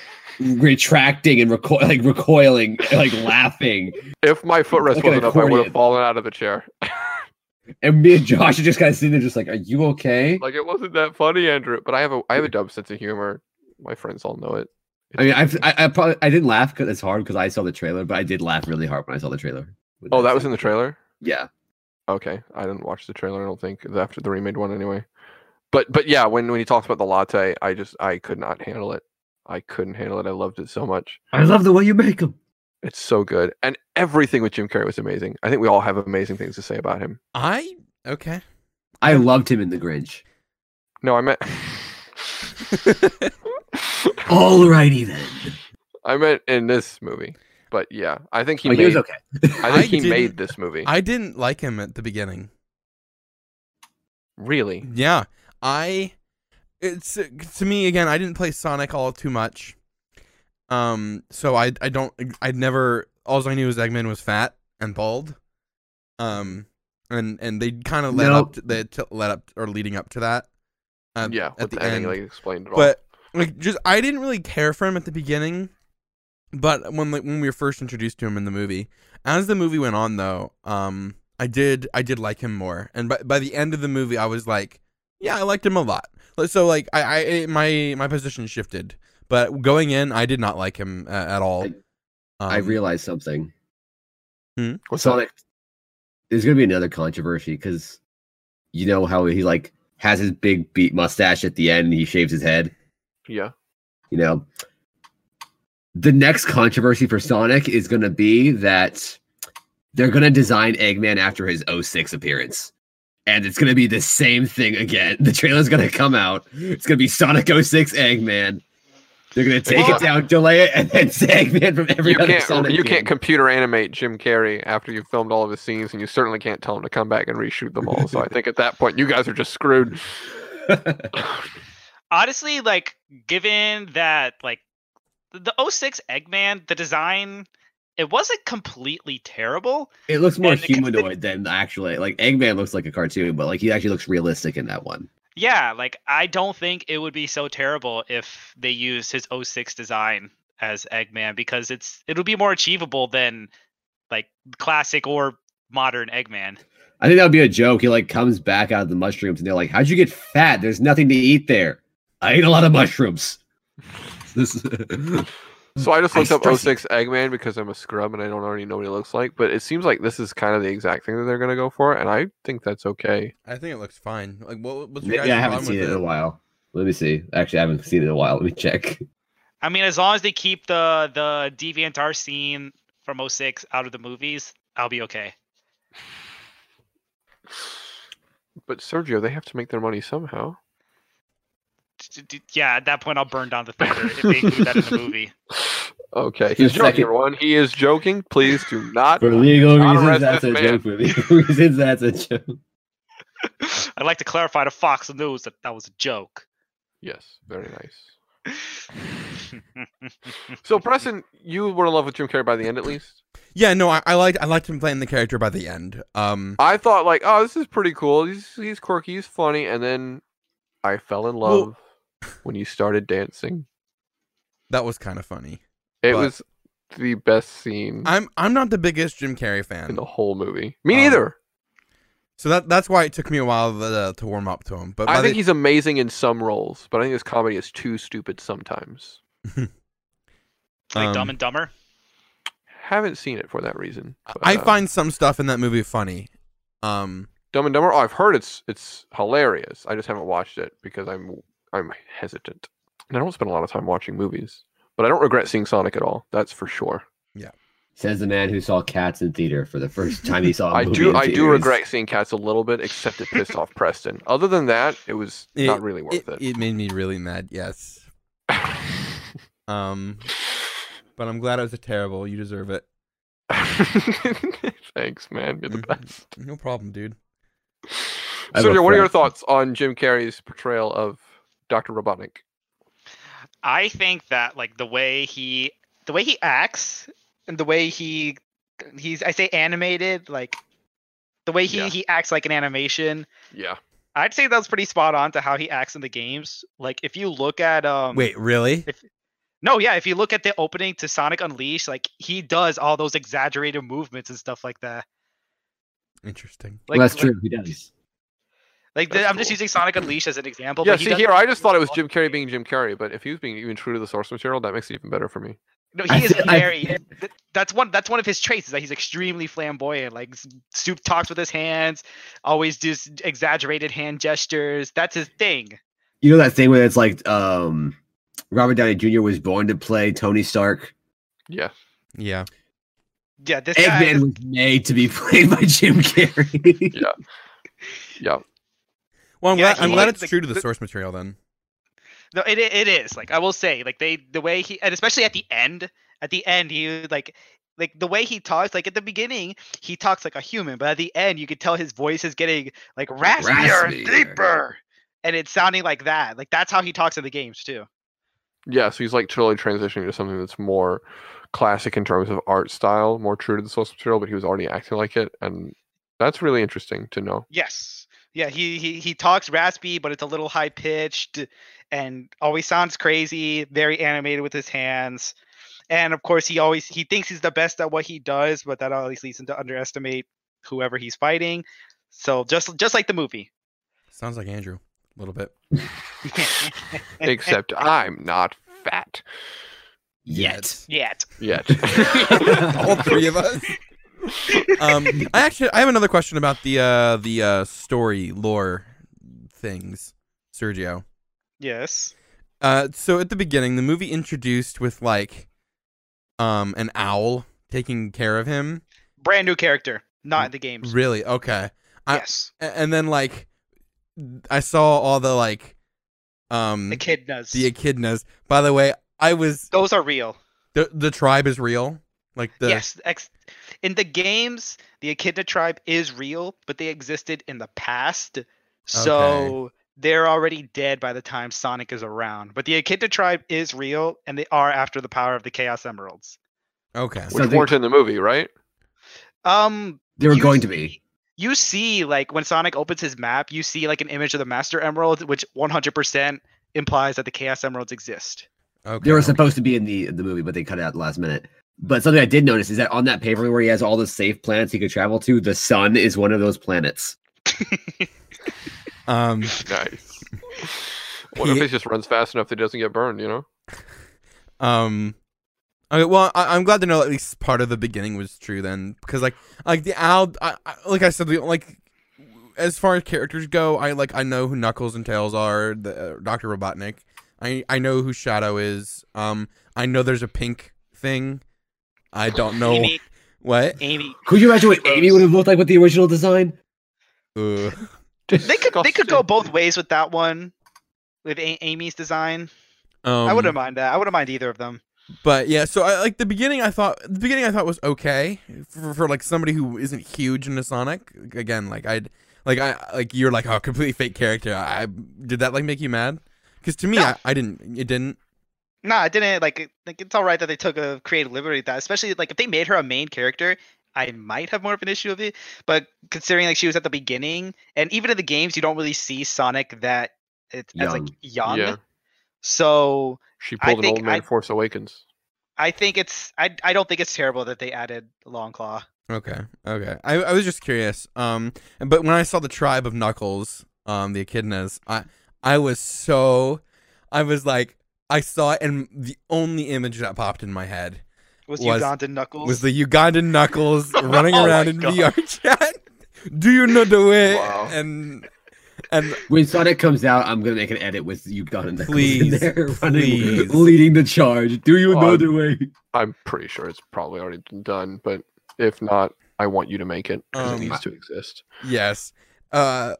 S3: retracting and recoil, like recoiling, like laughing,
S1: If my footrest
S3: Look at
S1: wasn't up, I would
S3: accordion.
S1: have fallen out of the chair.
S3: and me and Josh are just kind of sitting there, just like, "Are you okay?"
S1: like it wasn't that funny, Andrew. But I have a I have a dumb sense of humor. My friends all know it.
S3: I mean, I've, I I probably I didn't laugh because it's hard because I saw the trailer, but I did laugh really hard when I saw the trailer.
S1: Oh, that was in the trailer.
S3: yeah.
S1: Okay, I didn't watch the trailer. I don't think the- after the remade one anyway. But but yeah, when when he talks about the latte, I just I could not handle it. I couldn't handle it. I loved it so much.
S3: I love the way you make them.
S1: It's so good, and everything with Jim Carrey was amazing. I think we all have amazing things to say about him.
S4: I okay.
S3: I loved him in The Grinch.
S1: No, I meant
S3: Alrighty then.
S1: I meant in this movie. But yeah, I think he
S3: Oh,
S1: made.
S3: he was okay.
S1: I
S4: I
S1: think he made
S4: didn't-
S1: this movie.
S4: I didn't like him at the beginning.
S1: really,
S4: Yeah, I. It's to me again. I didn't play Sonic all too much, um. So I I don't I'd never. All I knew was Eggman was fat and bald, um, and and they kind of led up
S3: Nope.
S4: to, they t- led up or leading up to that, um,
S1: yeah.
S4: at
S1: with
S4: the,
S1: the
S4: end.
S1: ending, like explained it all.
S4: but like just I didn't really care for him at the beginning, but when like when we were first introduced to him in the movie, as the movie went on though, um, I did I did like him more, and by by the end of the movie, I was like, yeah, I liked him a lot. Like, So like I, I it- my my position shifted, but going in, I did not like him uh, at all.
S3: I- I
S4: Um,
S3: realized something.
S1: What's that?
S3: Sonic. There's gonna be another controversy because you know how he like has his big beat mustache at the end. And he shaves his head.
S1: Yeah.
S3: You know. The next controversy for Sonic is gonna be that they're gonna design Eggman after his 06 appearance. And it's gonna be the same thing again. The trailer's gonna come out. It's gonna be Sonic 06 Eggman. They're gonna take
S1: Well-
S3: it down, delay it, and then say Eggman from every
S1: you
S3: other
S1: can't
S3: Sonic.
S1: you
S3: game.
S1: can't computer animate Jim Carrey after you've filmed all of his scenes, and you certainly can't tell him to come back and reshoot them all. So I think at that point, you guys are just screwed.
S2: Honestly, like given that like the 06 Eggman, the design, it wasn't completely terrible.
S3: It looks more
S2: And the consi-
S3: humanoid than the actual. Like Eggman looks like a cartoon, but like he actually looks realistic in that one.
S2: Yeah, like I don't think it would be so terrible if they used his 06 design as Eggman because it's it'll be more achievable than like classic or modern Eggman.
S3: I think that would be a joke. He like comes back out of the mushrooms, and they're like, "How'd you get fat? There's nothing to eat there. I ate a lot of mushrooms." This is-
S1: So I just
S3: I
S1: looked up
S3: stress it.
S1: 06 Eggman because I'm a scrub and I don't already know what he looks like. But it seems like this is kind of the exact thing that they're gonna go for, and I think that's okay.
S4: I think it looks fine. Like what what's your
S3: yeah, I
S4: guys'
S3: haven't
S4: problem
S3: seen it
S4: with
S3: in a while. Let me see. Actually, I haven't seen it in a while. Let me check.
S2: I mean, as long as they keep the the DeviantArt oh scene from 06 out of the movies, I'll be okay.
S1: But Sergio, they have to make their money somehow.
S2: D- d- Yeah, at that point I'll burn down the theater if they include that in the movie.
S1: Okay,
S3: Your
S1: he's joking,
S3: second-
S1: everyone. He is joking. Please do not.
S3: For legal
S1: Not
S3: reasons,
S1: arrest
S3: that's a
S1: this man.
S3: joke. For legal reasons, that's a joke.
S2: I'd like to clarify to Fox News that that was a joke.
S1: Yes, very nice. So, Preston, you were in love with Jim Carrey by the end, at least.
S4: Yeah, no, I, I liked I liked him playing the character by the end. Um,
S1: I thought, like, oh, this is pretty cool. He's he's quirky, he's funny, and then I fell in
S4: Well-
S1: love when you started dancing.
S4: that was kind of funny.
S1: It
S4: But-
S1: was the best scene
S4: I'm I'm not the biggest Jim Carrey
S1: in
S4: fan,
S1: the whole movie. Me
S4: Um,
S1: neither.
S4: so that that's why it took me a while uh, to warm up to him. But by
S1: I
S4: the-
S1: think he's amazing in some roles, but I think his comedy is too stupid sometimes.
S2: Like
S4: Um,
S2: Dumb and Dumber.
S1: Haven't seen it for that reason. but,
S4: I
S1: uh,
S4: find some stuff in that movie funny. Um,
S1: Dumb and Dumber. Oh, I've heard it's it's hilarious. I just haven't watched it because I'm I'm hesitant, and I don't spend a lot of time watching movies. But I don't regret seeing Sonic at all. That's for sure.
S3: Says the man who saw cats in theater for the first time he saw. a
S1: I
S3: movie
S1: do
S3: in
S1: I do
S3: theaters.
S1: regret seeing Cats a little bit, except it pissed off Preston. Other than that, it was
S4: It-
S1: not really worth
S4: it,
S1: it.
S4: it made me really mad. Yes. Um, but I'm glad it was a terrible. You deserve it.
S1: Thanks, man. You're the
S4: Mhm.
S1: best.
S4: No problem, dude.
S3: Mm-hmm. I have a
S1: Sergio, what are your
S3: friend-
S1: thoughts on Jim Carrey's portrayal of Dr. Robotnik?
S2: I think that like the way he the way he acts and the way he he's I say animated like the way he
S1: Yeah.
S2: he acts like an animation.
S1: Yeah.
S2: I'd say that's pretty spot on to how he acts in the games. Like if you look at um
S4: Wait, really?
S2: no yeah if you look at the opening to Sonic Unleashed like he does all those exaggerated movements and stuff like that.
S4: Interesting.
S2: Like
S3: well, that's
S2: like-
S3: true. He does.
S2: Like
S1: That's
S2: the, I'm just
S1: cool.
S2: using Sonic Unleashed as an example.
S1: yeah,
S2: but he
S1: see
S2: does
S1: here,
S2: it
S1: I
S2: in
S1: just thought it was
S2: all-
S1: Jim Carrey being Jim Carrey, but if he was being even true to the source material, that makes it even better for me.
S2: No,
S3: I
S2: he is
S3: feel- I
S2: very.
S3: feel-
S2: th- That's one. That's one of his traits is that he's extremely flamboyant. Like s- soup talks with his hands, always does exaggerated hand gestures. That's his thing.
S3: You know that thing where it's like um, Robert Downey Jr. was born to play Tony Stark.
S1: Yeah.
S4: Yeah.
S2: Yeah, this guy.
S3: Eggman
S2: is-
S3: was made to be played by Jim Carrey.
S1: Yeah. Yeah.
S4: Well, I'm
S2: Yeah,
S4: glad, I'm
S2: he
S4: glad
S2: liked
S4: it's
S2: the-
S4: true to the
S2: the-
S4: source material then.
S2: No, it i- it is. Like I will say, like they the way he and especially at the end, at the end he like like the way he talks. Like at the beginning he talks like a human, but at the end you could tell his voice is getting like raspier,
S3: Raspier.
S2: and deeper, and it's sounding like that. Like that's how he talks in the games too.
S1: Yeah, so he's like totally transitioning to something that's more classic in terms of art style, more true to the source material, but he was already acting like it, and that's really interesting to know.
S2: Yes. Yeah, he, he he talks raspy, but it's a little high pitched and always sounds crazy, very animated with his hands. And of course he always he thinks he's the best at what he does, but that always leads him to underestimate whoever he's fighting. So just just like the movie.
S4: Sounds like Andrew a little bit.
S1: Except I'm not fat
S3: Yet.
S2: Yet.
S1: yet.
S4: All three of us. Um, I actually I have another question about the uh the uh story lore things, Sergio.
S2: Yes.
S4: Uh, so at the beginning, the movie introduced with like, um, an owl taking care of him.
S2: Brand new character, not in the games.
S4: Really? Okay. I-
S2: yes.
S4: A- And then like, I saw all the like, um,
S2: The kid does.
S4: the echidnas. By the way, I was
S2: Those are real.
S4: the the tribe is real. Like the
S2: Yes, ex- in the games, the Echidna tribe is real, but they existed in the past, so they're already dead by the time Sonic is around. But the Echidna tribe is real, and they are after the power of the Chaos Emeralds.
S4: okay.
S3: So
S1: Which
S3: they-
S1: weren't in the movie, right?
S2: Um,
S3: They were
S2: you
S3: going to
S2: see-
S3: be.
S2: You see, like when Sonic opens his map, you see like an image of the Master Emerald, which 100% implies that the Chaos Emeralds exist.
S4: Okay.
S3: They were supposed to be in the the movie, but they cut it out the last minute. But something I did notice is that on that paper where he has all the safe planets he could travel to, the sun is one of those planets.
S4: um.
S1: Nice. What if
S4: Pete-
S1: it just runs fast enough that it doesn't get burned, you know?
S4: Um. Okay, well, I, I'm glad to know at least part of the beginning was true then, because like, like the owl, I, I, like I said, the, like as far as characters go, I like I know who Knuckles and Tails are, the uh, Doctor Robotnik. I I know who Shadow is. Um, I know there's a pink thing. I don't know
S2: Amy,
S4: what.
S2: Amy,
S3: Could you imagine what Amy would have looked like with the original design?
S4: Ugh.
S5: They could they could go both ways with that one, with a- Amy's design. I
S4: Um,
S5: wouldn't mind that. I wouldn't mind either of them.
S4: But yeah, so I like the beginning. I thought the beginning I thought was okay for, for like somebody who isn't huge into Sonic. Again, like I'd like I like you're like oh completely fake character. I did that like make you mad? Because to me,
S5: No.
S4: I, I didn't. It didn't.
S5: Nah, I didn't like. it- Like it's all right that they took a creative liberty with that, especially like if they made her a main character. I might have more of an issue with it, but considering like she was at the beginning, and even in the games, you don't really see Sonic that it's as like young.
S1: Yeah.
S5: So
S1: She
S5: I
S1: pulled an
S5: think
S1: old man
S5: I-
S1: Force Awakens.
S5: I think it's I I don't think it's terrible that they added Longclaw.
S4: Okay, okay. I, I was just curious. Um, but when I saw the tribe of Knuckles, um, the Echidnas, I I was so, I was like, I saw it, and the only image that popped in my head
S5: Was,
S4: Was-
S5: Ugandan Knuckles?
S4: was the Ugandan Knuckles running
S1: Oh
S4: around
S1: my
S4: in
S1: God.
S4: VR chat. Do you know the way?
S1: Wow.
S4: And and
S3: When Sonic comes out, I'm gonna make an edit with you got in
S4: Please,
S3: there running,
S4: please.
S3: leading the charge. Do you know
S1: Oh,
S3: the way?
S1: I'm pretty sure it's probably already been done, but if not, I want you to make it because
S4: Um,
S1: it needs to exist.
S4: yes, uh,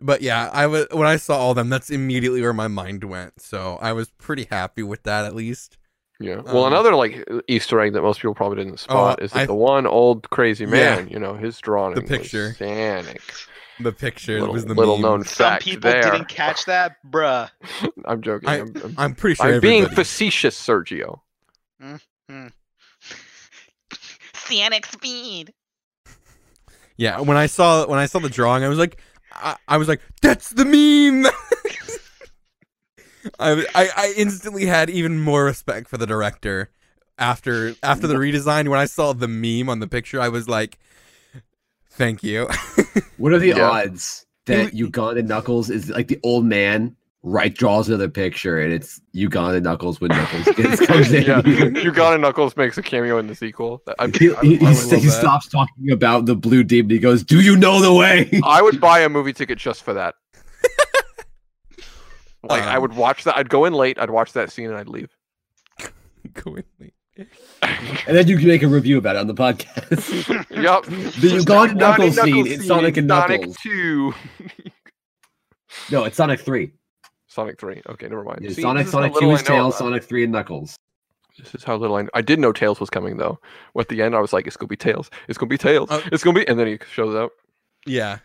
S4: but yeah, I was when I saw all them. That's immediately where my mind went. So I was pretty happy with that at least.
S1: Yeah. Well,
S4: um, Oh,
S1: another like Easter egg that most people probably didn't spot is that
S4: I-
S1: the one old crazy
S4: Yeah.
S1: man, you know, his drawing
S4: picture.
S1: was Sonic.
S4: The picture
S1: little
S4: was the
S1: little
S4: meme.
S1: known
S5: Some
S1: fact
S5: people
S1: there.
S5: didn't catch that, bruh.
S1: I'm joking.
S4: I-
S1: I, am I'm,
S4: I'm pretty sure
S1: I'm being
S4: everybody-
S1: facetious, Sergio.
S2: Sonic speed.
S4: Yeah, when I saw when I saw the drawing, I was like, I, I was like, that's the meme. I, I I instantly had even more respect for the director after after the redesign. When I saw the meme on the picture, I was like, thank you.
S3: What are the
S1: Yeah.
S3: odds that Uganda Knuckles is like the old man? Right, draws another picture, and it's Uganda Knuckles when Knuckles gets, comes in.
S1: yeah. Uganda Knuckles makes a cameo in the sequel. That- I,
S3: He,
S1: I-
S3: he-
S1: I
S3: he
S1: would
S3: st- he
S4: love that.
S3: stops talking about the blue demon. He goes, "Do you know the way?"
S1: I would buy a movie ticket just for that. like I
S4: Um,
S1: would watch that. I'd go in late. I'd watch that scene and I'd leave.
S4: Go with me.
S3: and then you can make a review about it on the podcast.
S1: Yup.
S3: The Uganda
S1: Johnny
S3: Knuckles scene in Sonic and
S1: Sonic
S3: Knuckles.
S1: Two,
S3: no, it's Sonic Three.
S1: Sonic Three. Okay, never mind.
S3: Yeah,
S1: See,
S3: Sonic,
S1: this is how
S3: Sonic Two
S1: little I
S3: is
S1: know
S3: Tails,
S1: about-
S3: Sonic Three and Knuckles.
S1: This is how little I know. I did know Tails was coming though. At the end, I was like, "It's gonna be Tails. It's gonna be Tails.
S4: Oh.
S1: It's gonna be." And then he shows up.
S4: Yeah,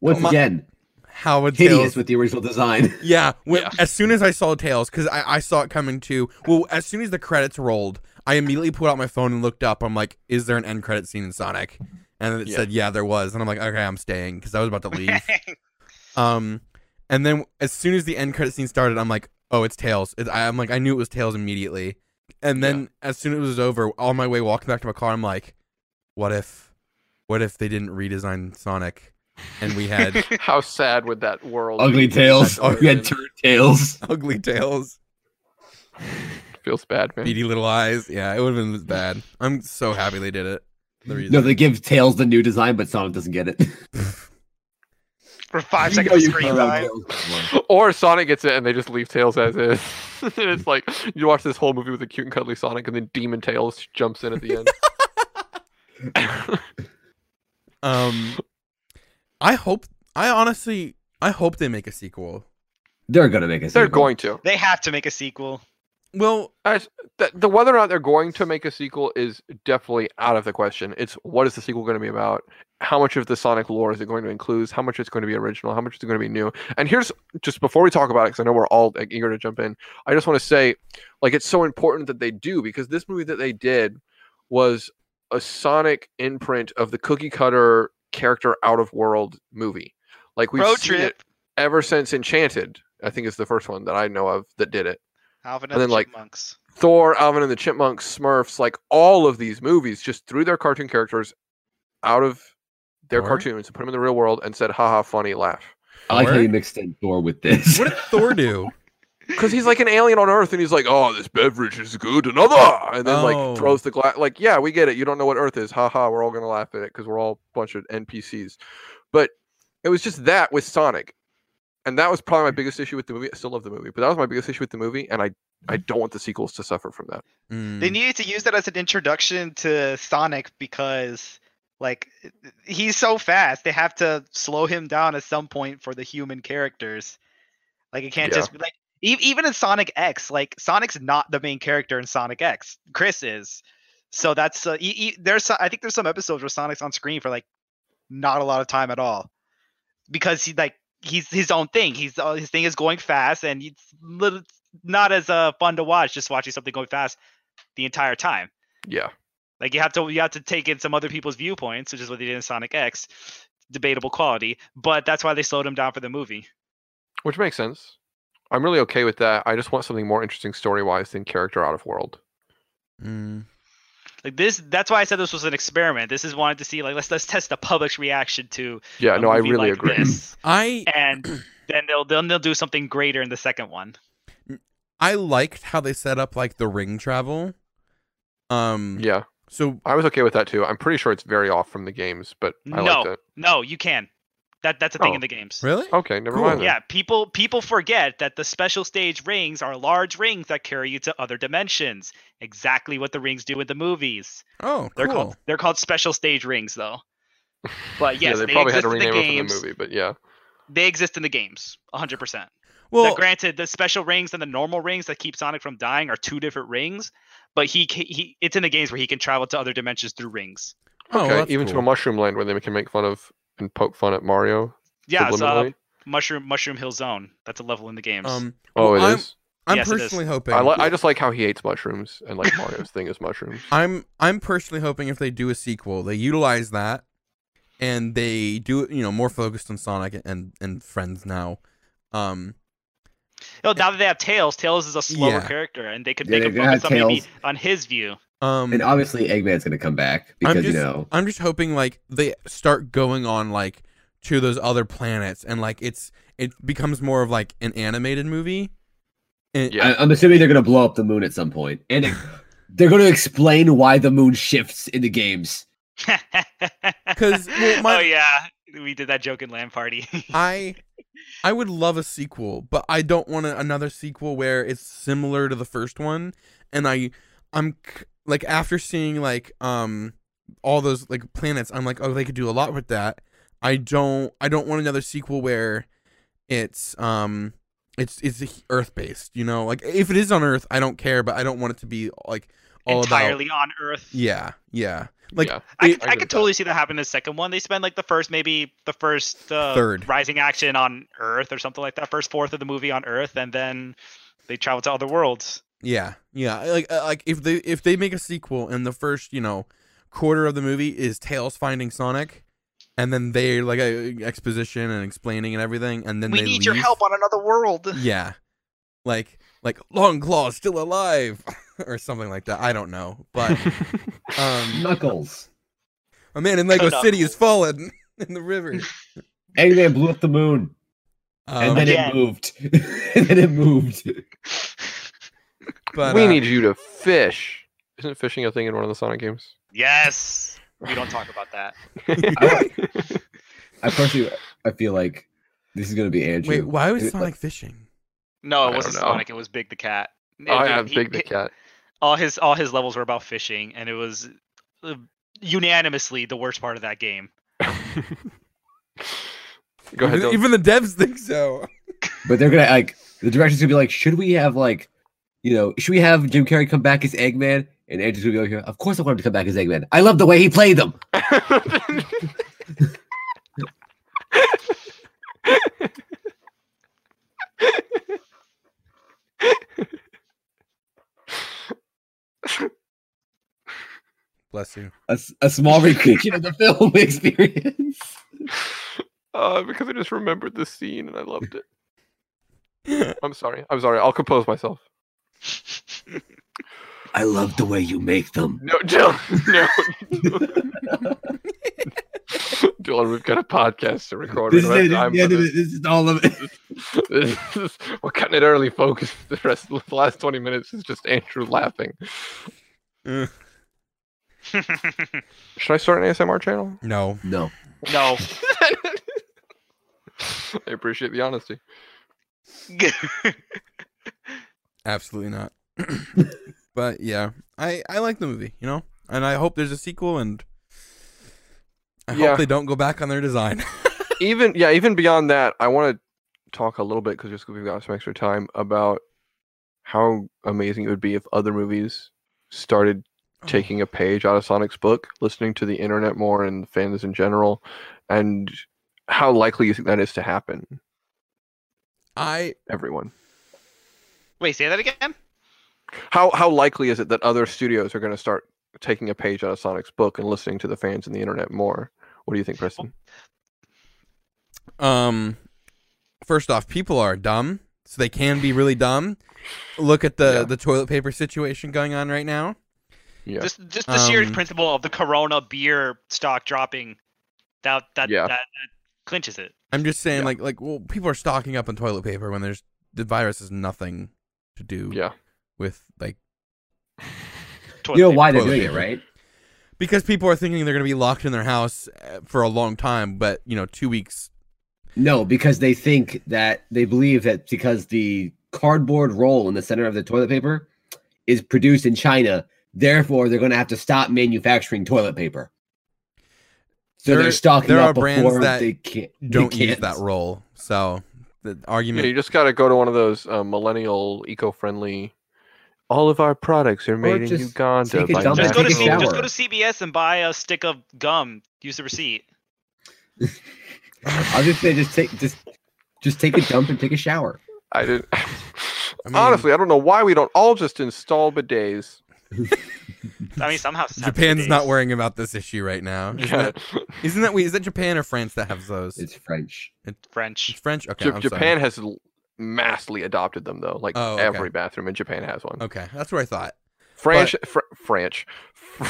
S3: Once
S4: My-
S3: again,
S4: how would
S3: hideous
S4: Tails?
S3: with the original design.
S4: Yeah, when,
S1: Yeah.
S4: as soon as I saw Tails, because I, I saw it coming too. Well, as soon as the credits rolled, I immediately pulled out my phone and looked up. I'm like, is there an end credit scene in Sonic? And then it
S1: Yeah.
S4: said, yeah, there was. And I'm like, okay, I'm staying because I was about to leave. um, and then as soon as the end credit scene started, I'm like, oh, it's Tails. It, I, I'm like, I knew it was Tails immediately. And then as soon as it was over, on my way walking back to my car, I'm like, what if, what if they didn't redesign Sonic, and we had
S1: How sad would that world?
S3: Ugly
S1: be?
S3: Tails.
S1: That's
S3: We had
S1: weird.
S3: turd tails.
S4: ugly Tails?
S1: Feels bad, man.
S4: beady little eyes. Yeah, it would have been bad. I'm so happy they did it. The reason.
S3: No, they give Tails the new design, but Sonic doesn't get it.
S5: For five
S3: You
S5: seconds
S3: know
S5: of
S3: you
S5: screen
S3: found out
S5: time.
S3: Tails got one.
S1: Or Sonic gets it and they just leave Tails as is. and it's like you watch this whole movie with a cute and cuddly Sonic, and then Demon Tails jumps in at the end.
S4: um, I hope. I honestly, I hope they make a sequel.
S3: They're gonna make a.
S1: they're
S3: sequel.
S1: going to.
S5: They have to make a sequel.
S4: Well,
S1: As, the, the whether or not they're going to make a sequel is definitely out of the question. It's what is the sequel going to be about? How much of the Sonic lore is it going to include? How much is going to be original? How much is it going to be new? And here's just before we talk about it, because I know we're all like, eager to jump in. I just want to say, like, it's so important that they do because this movie that they did was a Sonic imprint of the cookie cutter character out of world movie. Like we've
S5: Road
S1: seen
S5: trip.
S1: it ever since Enchanted. I think is the first one that I know of that did it.
S5: Alvin and,
S1: And then,
S5: the
S1: like,
S5: Chipmunks.
S1: Thor, Alvin and the Chipmunks, Smurfs, like all of these movies just threw their cartoon characters out of their
S4: Thor?
S1: cartoons and put them in the real world and said, haha, funny, laugh.
S3: I like how
S4: Thor?
S3: you mixed in Thor with this.
S4: what did Thor do?
S1: Because he's like an alien on Earth and he's like, oh, this beverage is good, another. And then
S4: Oh.
S1: like throws the glass. Like, yeah, we get it. You don't know what Earth is. Haha, we're all going to laugh at it because we're all a bunch of NPCs. But it was just that with Sonic. And that was probably my biggest issue with the movie. I still love the movie, but that was my biggest issue with the movie. And I, I don't want the sequels to suffer from that.
S4: Mm,
S5: They needed to use that as an introduction to Sonic because Like he's so fast, they have to slow him down at some point for the human characters. Like it can't
S1: Yeah.
S5: just be like e- even in Sonic X, like Sonic's not the main character in Sonic X. Chris is. So that's uh, e- e- there's so- I think there's some episodes where Sonic's on screen for like not a lot of time at all because he like he's his own thing. He's uh, his thing is going fast and it's little, not as uh, fun to watch just watching something going fast the entire time.
S1: Yeah.
S2: Like you have to you have to take in some other people's viewpoints, which is what they did in Sonic X. Debatable quality, but that's why they slowed him down for the movie.
S1: Which makes sense. I'm really okay with that. I just want something more interesting story wise than character out of world.
S4: Mm.
S2: Like this, that's why I said this was an experiment. This is wanted to see like let's let's test the public's reaction to.
S1: Yeah,
S2: a
S1: no, I
S2: movie
S1: really
S2: like
S1: agree.
S2: this.
S4: I
S2: And then they'll then they'll do something greater in the second one.
S4: I liked how they set up like the ring travel. Um.
S1: Yeah.
S4: So
S1: I was okay with that too. I'm pretty sure it's very off from the games, but I
S2: no,
S1: liked it.
S2: no, you can. That that's a thing
S1: Oh,
S2: in the games.
S4: really,
S1: Okay, never
S4: Cool.
S1: mind. then.
S2: Yeah, people people forget that the special stage rings are large rings that carry you to other dimensions. Exactly what the rings do in the movies.
S4: oh,
S2: They're
S4: cool.
S2: called they're called special stage rings though. But yes,
S1: yeah, they,
S2: they
S1: probably had to
S2: exist in
S1: rename
S2: the
S1: it
S2: games.
S1: for the movie, but yeah.
S2: They exist in the games, 100%.
S4: Well,
S2: now, granted, the special rings and the normal rings that keep Sonic from dying are two different rings, but he ca- he it's in the games where he can travel to other dimensions through rings.
S4: oh,
S1: okay,
S4: that's
S1: even to
S4: cool.
S1: a mushroom land where they can make fun of and poke fun at Mario.
S2: Yeah, it's uh,
S1: subliminally.
S2: Mushroom Mushroom Hill Zone. That's a level in the games.
S4: Um,
S1: oh,
S4: well,
S1: it
S4: I'm-
S1: is?
S4: I'm
S2: Yes, it is.
S4: personally hoping.
S1: I, li- I just like how he hates mushrooms and like Mario's thing is mushrooms.
S4: I'm I'm personally hoping if they do a sequel, they utilize that, and they do it, you know, more focused on Sonic and and Friends now. Um,
S2: No, Oh, now that they have Tails, Tails is a slower
S4: Yeah.
S2: character, and they could
S3: Yeah,
S2: make
S3: they
S2: a
S3: do
S2: focus
S3: have
S2: on maybe
S3: Tails.
S2: on his view.
S4: um,
S3: And obviously, Eggman's gonna come back because you
S4: just-
S3: know
S4: I'm just hoping like they start going on like to those other planets, and like it's it becomes more of like an animated movie. And,
S1: Yeah.
S3: I, am assuming they're gonna blow up the moon at some point, and it- they're gonna explain why the moon shifts in the games.
S4: Because, well, my-
S2: oh yeah, we did that joke in Land Party.
S4: I I would love a sequel, but I don't want a, another sequel where it's similar to the first one. And I I'm c- like after seeing like um all those like planets, I'm like, oh, they could do a lot with that. I don't I don't want another sequel where it's um it's it's Earth based, you know. Like if it is on Earth, I don't care, but I don't want it to be like
S1: Oh,
S4: all
S2: Entirely
S4: about
S2: on Earth.
S4: yeah yeah like
S1: yeah.
S2: I,
S4: it-
S2: could-
S1: I agree with
S2: I, could
S1: that.
S2: totally see that happen in the second one. They spend like the first maybe the first uh,
S4: Third.
S2: rising action on Earth or something like that. First fourth of the movie on Earth, and then they travel to other worlds.
S4: Yeah, yeah. Like uh, like if they if they make a sequel and the first you know quarter of the movie is Tails finding Sonic, and then they like uh, exposition and explaining and everything, and then
S5: we
S4: they
S5: need your
S4: leave.
S5: help on another world.
S4: Yeah, like like Long Claw's still alive or something like that. I don't know, but um,
S3: Knuckles,
S4: a man in Lego
S2: Cut up.
S4: City has fallen in the river,
S3: Eggman blew up the moon,
S4: um,
S3: and then
S2: Again.
S3: it moved, and then it moved.
S4: but
S1: we
S4: uh,
S1: need you to fish. Isn't fishing a thing in one of the Sonic games?
S2: Yes, we don't talk about that.
S3: I personally, I feel like this is gonna be Andrew.
S4: wait. Why was
S3: It-
S4: Sonic fishing?
S2: No,
S1: I
S2: it
S1: don't
S2: wasn't
S1: know.
S2: Sonic. It was Big the Cat.
S1: I
S2: He-
S1: have
S2: he-
S1: Big the
S2: he-
S1: Cat.
S2: all his all his levels were about fishing, and it was uh, unanimously the worst part of that game.
S1: Go ahead.
S4: Even,
S1: Dylan.
S4: even the devs think so.
S3: But they're gonna like the director's gonna be like, should we have like, you know, should we have Jim Carrey come back as Eggman? And Andrew's gonna be like, of course I want him to come back as Eggman. I love the way he played them.
S4: Bless you.
S3: A, s- a small recreation of the film experience.
S1: uh, because I just remembered the scene and I loved it. I'm sorry. I'm sorry. I'll compose myself.
S3: I love the way you make them.
S1: No, Dylan. No. Dylan, we've got a podcast to record.
S3: This
S1: We
S3: is,
S1: don't have
S3: it,
S1: time
S3: yeah,
S1: for
S3: this is all of it.
S1: this. This is- We're cutting it early, folks. The rest of the last 20 minutes is just Andrew laughing. Should I start an ASMR channel?
S4: No.
S3: No.
S2: no,
S1: I appreciate the honesty.
S4: Absolutely not. but yeah, I I like the movie, you know, and I hope there's a sequel. And I
S1: Yeah.
S4: hope they don't go back on their design.
S1: even yeah, even beyond that, I want to talk a little bit because just 'cause we've got some extra time about how amazing it would be if other movies started
S4: Oh.
S1: taking a page out of Sonic's book, listening to the internet more and fans in general, and how likely you think that is to happen,
S4: I
S1: everyone.
S2: Wait, say that again?
S1: How how likely is it that other studios are going to start taking a page out of Sonic's book and listening to the fans and the internet more? What do you think, Preston?
S4: um first off, people are dumb, so they can be really dumb. Look at the
S1: Yeah.
S4: the toilet paper situation going on right now.
S1: Yeah.
S2: Just just the sheer
S4: Um,
S2: principle of the Corona beer stock dropping. That that
S1: Yeah.
S2: that, that clinches it.
S4: I'm just saying
S1: Yeah.
S4: like like well, people are stocking up on toilet paper when there's the virus has nothing to do
S1: yeah.
S4: with like
S2: Toilet
S3: You know
S2: paper.
S3: why they're
S4: Toilet
S3: doing it,
S4: paper.
S3: right?
S4: because people are thinking they're going to be locked in their house uh, for a long time, but you know, 2 weeks.
S3: No, because they think that they believe that because the cardboard roll in the center of the toilet paper is produced in China, therefore they're going to have to stop manufacturing toilet paper. So
S4: There-
S3: they're stocking
S4: there
S3: up
S4: are brands
S3: before
S4: that
S3: they can't. they
S4: Don't use
S3: can't.
S4: that role. So the
S1: Yeah,
S4: argument
S1: you just gotta go to one of those uh, millennial, eco-friendly. All of our products are made in
S3: just
S1: Uganda.
S3: take a
S1: By
S3: dump and
S2: Just go, to
S3: take a
S2: C-
S1: natural-
S2: just go
S3: shower.
S2: to CBS and buy a stick of gum. Use the receipt.
S3: I was just saying, just take just just take a dump and take a shower.
S1: I didn't.
S4: mean-
S1: Honestly, I don't know why we don't all just install bidets.
S2: I mean, somehow it's happened
S4: Japan's not
S2: nowadays.
S4: worrying about this issue right now. Isn't,
S1: Yeah.
S4: that, isn't that we? Is that Japan or France that have those? It's,
S3: It's French.
S2: French.
S4: French. Okay,
S1: Ja-
S4: I'm sorry.
S1: Japan has l- massively adopted them, though. Like
S4: Oh, okay.
S1: every bathroom in Japan has one.
S4: Okay, that's what I thought.
S1: French, fr- French,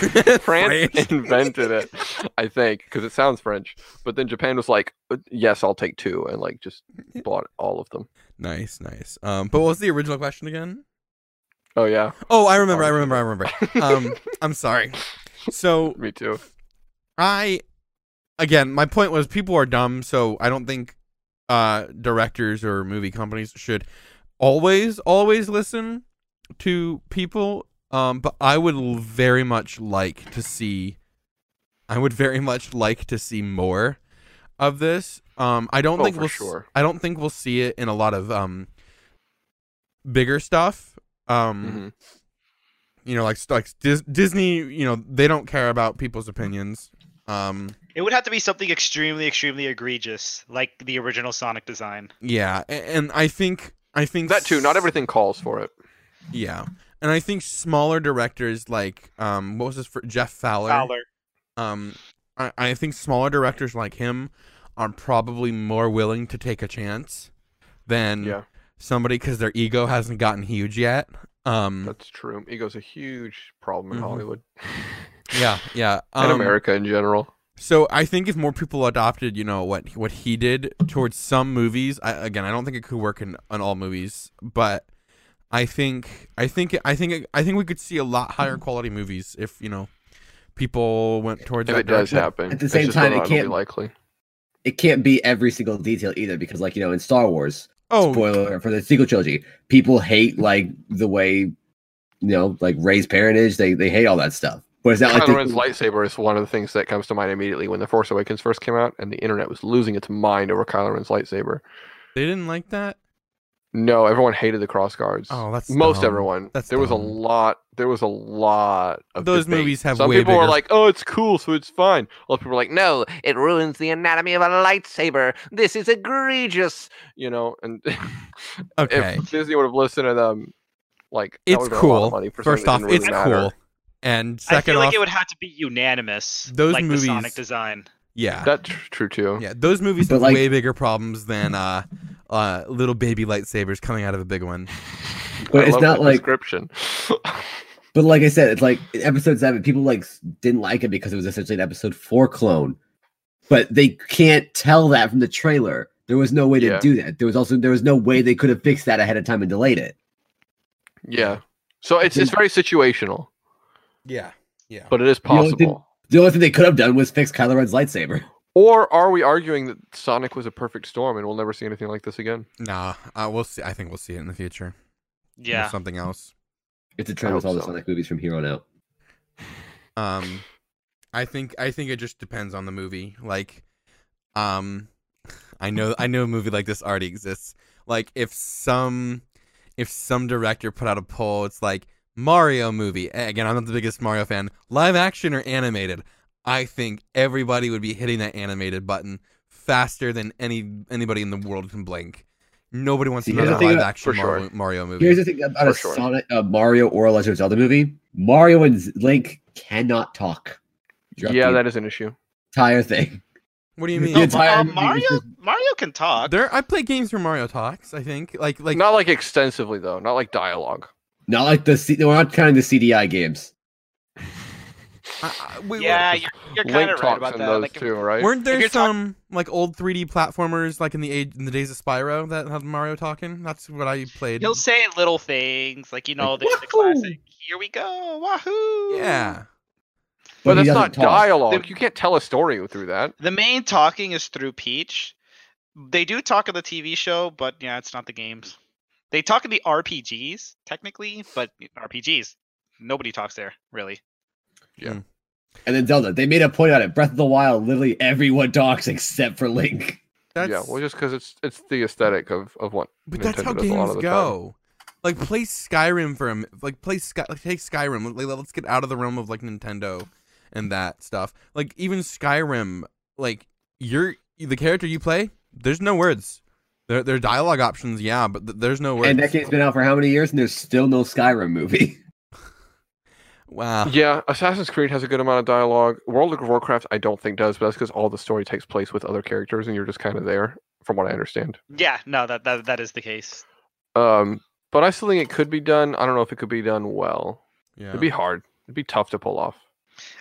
S1: France
S4: French.
S1: invented it, I think, because it sounds French. But then Japan was like, "Uh, "Yes, I'll take two, and like just bought all of them.
S4: Nice, nice. Um, but what was the original question again?
S1: Oh yeah,
S4: Oh, I remember, I remember, I remember. Um, I'm sorry. So
S1: me too.
S4: I, again, my point was people are dumb, so I don't think uh, directors or movie companies should always, always listen to people. Um, but I would l- very much like to see, I would very much like to see more of this. Um, I don't
S1: Oh,
S4: think
S1: for
S4: we'll, s-
S1: sure.
S4: I don't think we'll see it in a lot of um, bigger stuff. Um,
S1: hmm
S4: you know, like like Dis- Disney, you know, they don't care about people's opinions. Um,
S2: It would have to be something extremely, extremely egregious, like the original Sonic design.
S4: Yeah, a- and I think I think
S1: That too. Not
S4: s-
S1: everything calls for it.
S4: Yeah, and I think smaller directors like um, what was his for Jeff Fowler.
S2: Fowler.
S4: Um, I, I think smaller directors like him are probably more willing to take a chance than
S1: Yeah,
S4: somebody because their ego hasn't gotten huge yet. Um,
S1: that's true. Ego's a huge problem in
S4: Mhm.
S1: Hollywood
S4: yeah, yeah. Um,
S1: and America in general.
S4: So I think if more people adopted, you know, what what he did towards some movies, I, again, I don't think it could work in on all movies, but I think I think I think I think we could see a lot higher quality movies if you know people went towards.
S1: If
S4: that
S1: it does
S4: direction.
S1: happen,
S3: At the
S1: it's
S3: same
S1: just not
S3: time, it
S1: gonna be
S3: can't-
S1: likely.
S3: It can't be every single detail either, because like you know, in Star Wars,
S4: Oh,
S3: spoiler for the sequel trilogy, people hate like the way you know, like Ray's parentage. They they hate all that stuff. But it's not like
S1: Kylo
S3: they-
S1: Ren's lightsaber is one of the things that comes to mind immediately when The Force Awakens first came out, and the internet was losing its mind over Kylo Ren's lightsaber.
S4: they didn't like that.
S1: No, everyone hated the cross guards.
S4: Oh, that's
S1: Most
S4: dumb.
S1: everyone.
S4: That's
S1: there was a
S4: dumb.
S1: lot. There was a lot of
S4: Those
S1: debate.
S4: movies have
S1: Some
S4: way
S1: people were
S4: bigger-
S1: like, "Oh, it's cool, so it's fine." Other people were like, "No, it ruins the anatomy of a lightsaber. This is egregious." You know, and
S4: Okay,
S1: if Disney would have listened to them, like that
S4: it's
S1: would've been a lot of
S4: cool.
S1: money for
S4: First off,
S1: something that didn't
S4: it's
S1: really matter.
S4: cool, and
S2: I
S4: second
S2: feel
S4: off,
S2: like it would have to be unanimous.
S4: Those
S2: like
S4: movies-
S2: the Sonic design.
S4: yeah,
S1: That's tr- true too.
S4: yeah, those movies
S3: But
S4: have
S3: like-
S4: way bigger problems than uh, uh, little baby lightsabers coming out of a big one.
S3: But
S1: I
S3: it's
S1: love
S3: not
S1: that
S3: like-
S1: description.
S3: But like I said, it's like in episode seven, people like s- didn't like it because it was essentially an episode four clone. But they can't tell that from the trailer. There was no way to
S1: Yeah.
S3: do that. There was also there was no way they could have fixed that ahead of time and delayed it.
S1: yeah. So it's it's very situational,
S4: Yeah, yeah.
S1: but it is
S3: You know, it
S1: possible.
S3: didn't- The only thing they could have done was fix Kylo Ren's lightsaber.
S1: Or are we arguing that Sonic was a perfect storm and we'll never see anything like this again?
S4: Nah, uh, we'll see. I think we'll see it in the future. with
S2: Yeah.
S4: something else.
S3: It's a
S1: I
S3: trend with
S1: hope
S3: all the
S1: so.
S3: Sonic movies from here on out.
S4: Um, I think I think it just depends on the movie. Like, um, I know I know a movie like this already exists. Like, if some if some director put out a poll, it's like Mario movie. Eh, Again, I'm not the biggest Mario fan. Live action or animated? I think everybody would be hitting that animated button faster than any anybody in the world can blink. Nobody wants
S3: See, here's
S4: another
S3: the thing
S4: live
S3: about-
S4: action
S1: for
S4: Mario,
S1: sure.
S4: Mario movie.
S3: Here's the thing about a
S1: For sure.
S3: Sonic, uh, Mario or a Legend of Zelda movie: Mario and Z- Link cannot talk. Throughout
S1: yeah,
S3: the
S1: that is an issue.
S3: entire thing.
S4: what do you
S3: the
S4: mean?
S2: No, Ma- uh,
S3: entire movie is
S2: Mario
S3: just-
S2: Mario can talk.
S4: There, I play games where Mario talks. I think like like
S1: not like extensively though. Not like dialogue.
S3: Not like the C- we're not counting the CDI games.
S4: I, I- wait,
S2: yeah,
S1: what-
S2: you're, you're
S1: Link
S2: kind of right
S1: talks
S2: about
S1: in
S2: that.
S1: those
S2: like, if-
S1: too, right?
S4: Weren't there
S2: you're talk-
S4: some like old 3D platformers like in the age in the days of Spyro that had Mario talking? That's what I played.
S2: he'll say little things like you know the, the
S3: "Wahoo!"
S2: classic. Here we go, wahoo!
S4: yeah,
S1: but
S3: he
S1: that's
S3: doesn't
S1: not
S3: talk.
S1: dialogue.
S2: They-
S1: You can't tell a story through that.
S2: The main talking is through Peach. They do talk in the TV show, but yeah, it's not the games. They talk in the RPGs technically, but RPGs nobody talks there really.
S3: And then Zelda, they made a point on it. Breath of the Wild, literally everyone talks except for Link.
S4: that's
S1: Yeah, well, just because it's it's the aesthetic of of what.
S4: but that's
S1: Nintendo
S4: how
S1: does a lot
S4: games
S1: of the time.
S4: go. Like play Skyrim for a mi- like play Sky like take Skyrim. Like, let's get out of the realm of like Nintendo and that stuff. Like even Skyrim, like you're the character you play. There's no words. There, there are dialogue options, yeah, but th- there's no words.
S3: And that game's been out for how many years, and there's still no Skyrim movie.
S4: wow.
S1: Yeah, Assassin's Creed has a good amount of dialogue. World of Warcraft, I don't think does, but that's because all the story takes place with other characters, and you're just kind of there, from what I understand.
S2: Yeah, no, that that, that is the case.
S1: Um, but I still think it could be done. I don't know if it could be done well.
S4: Yeah.
S1: It'd be hard. It'd be tough to pull off.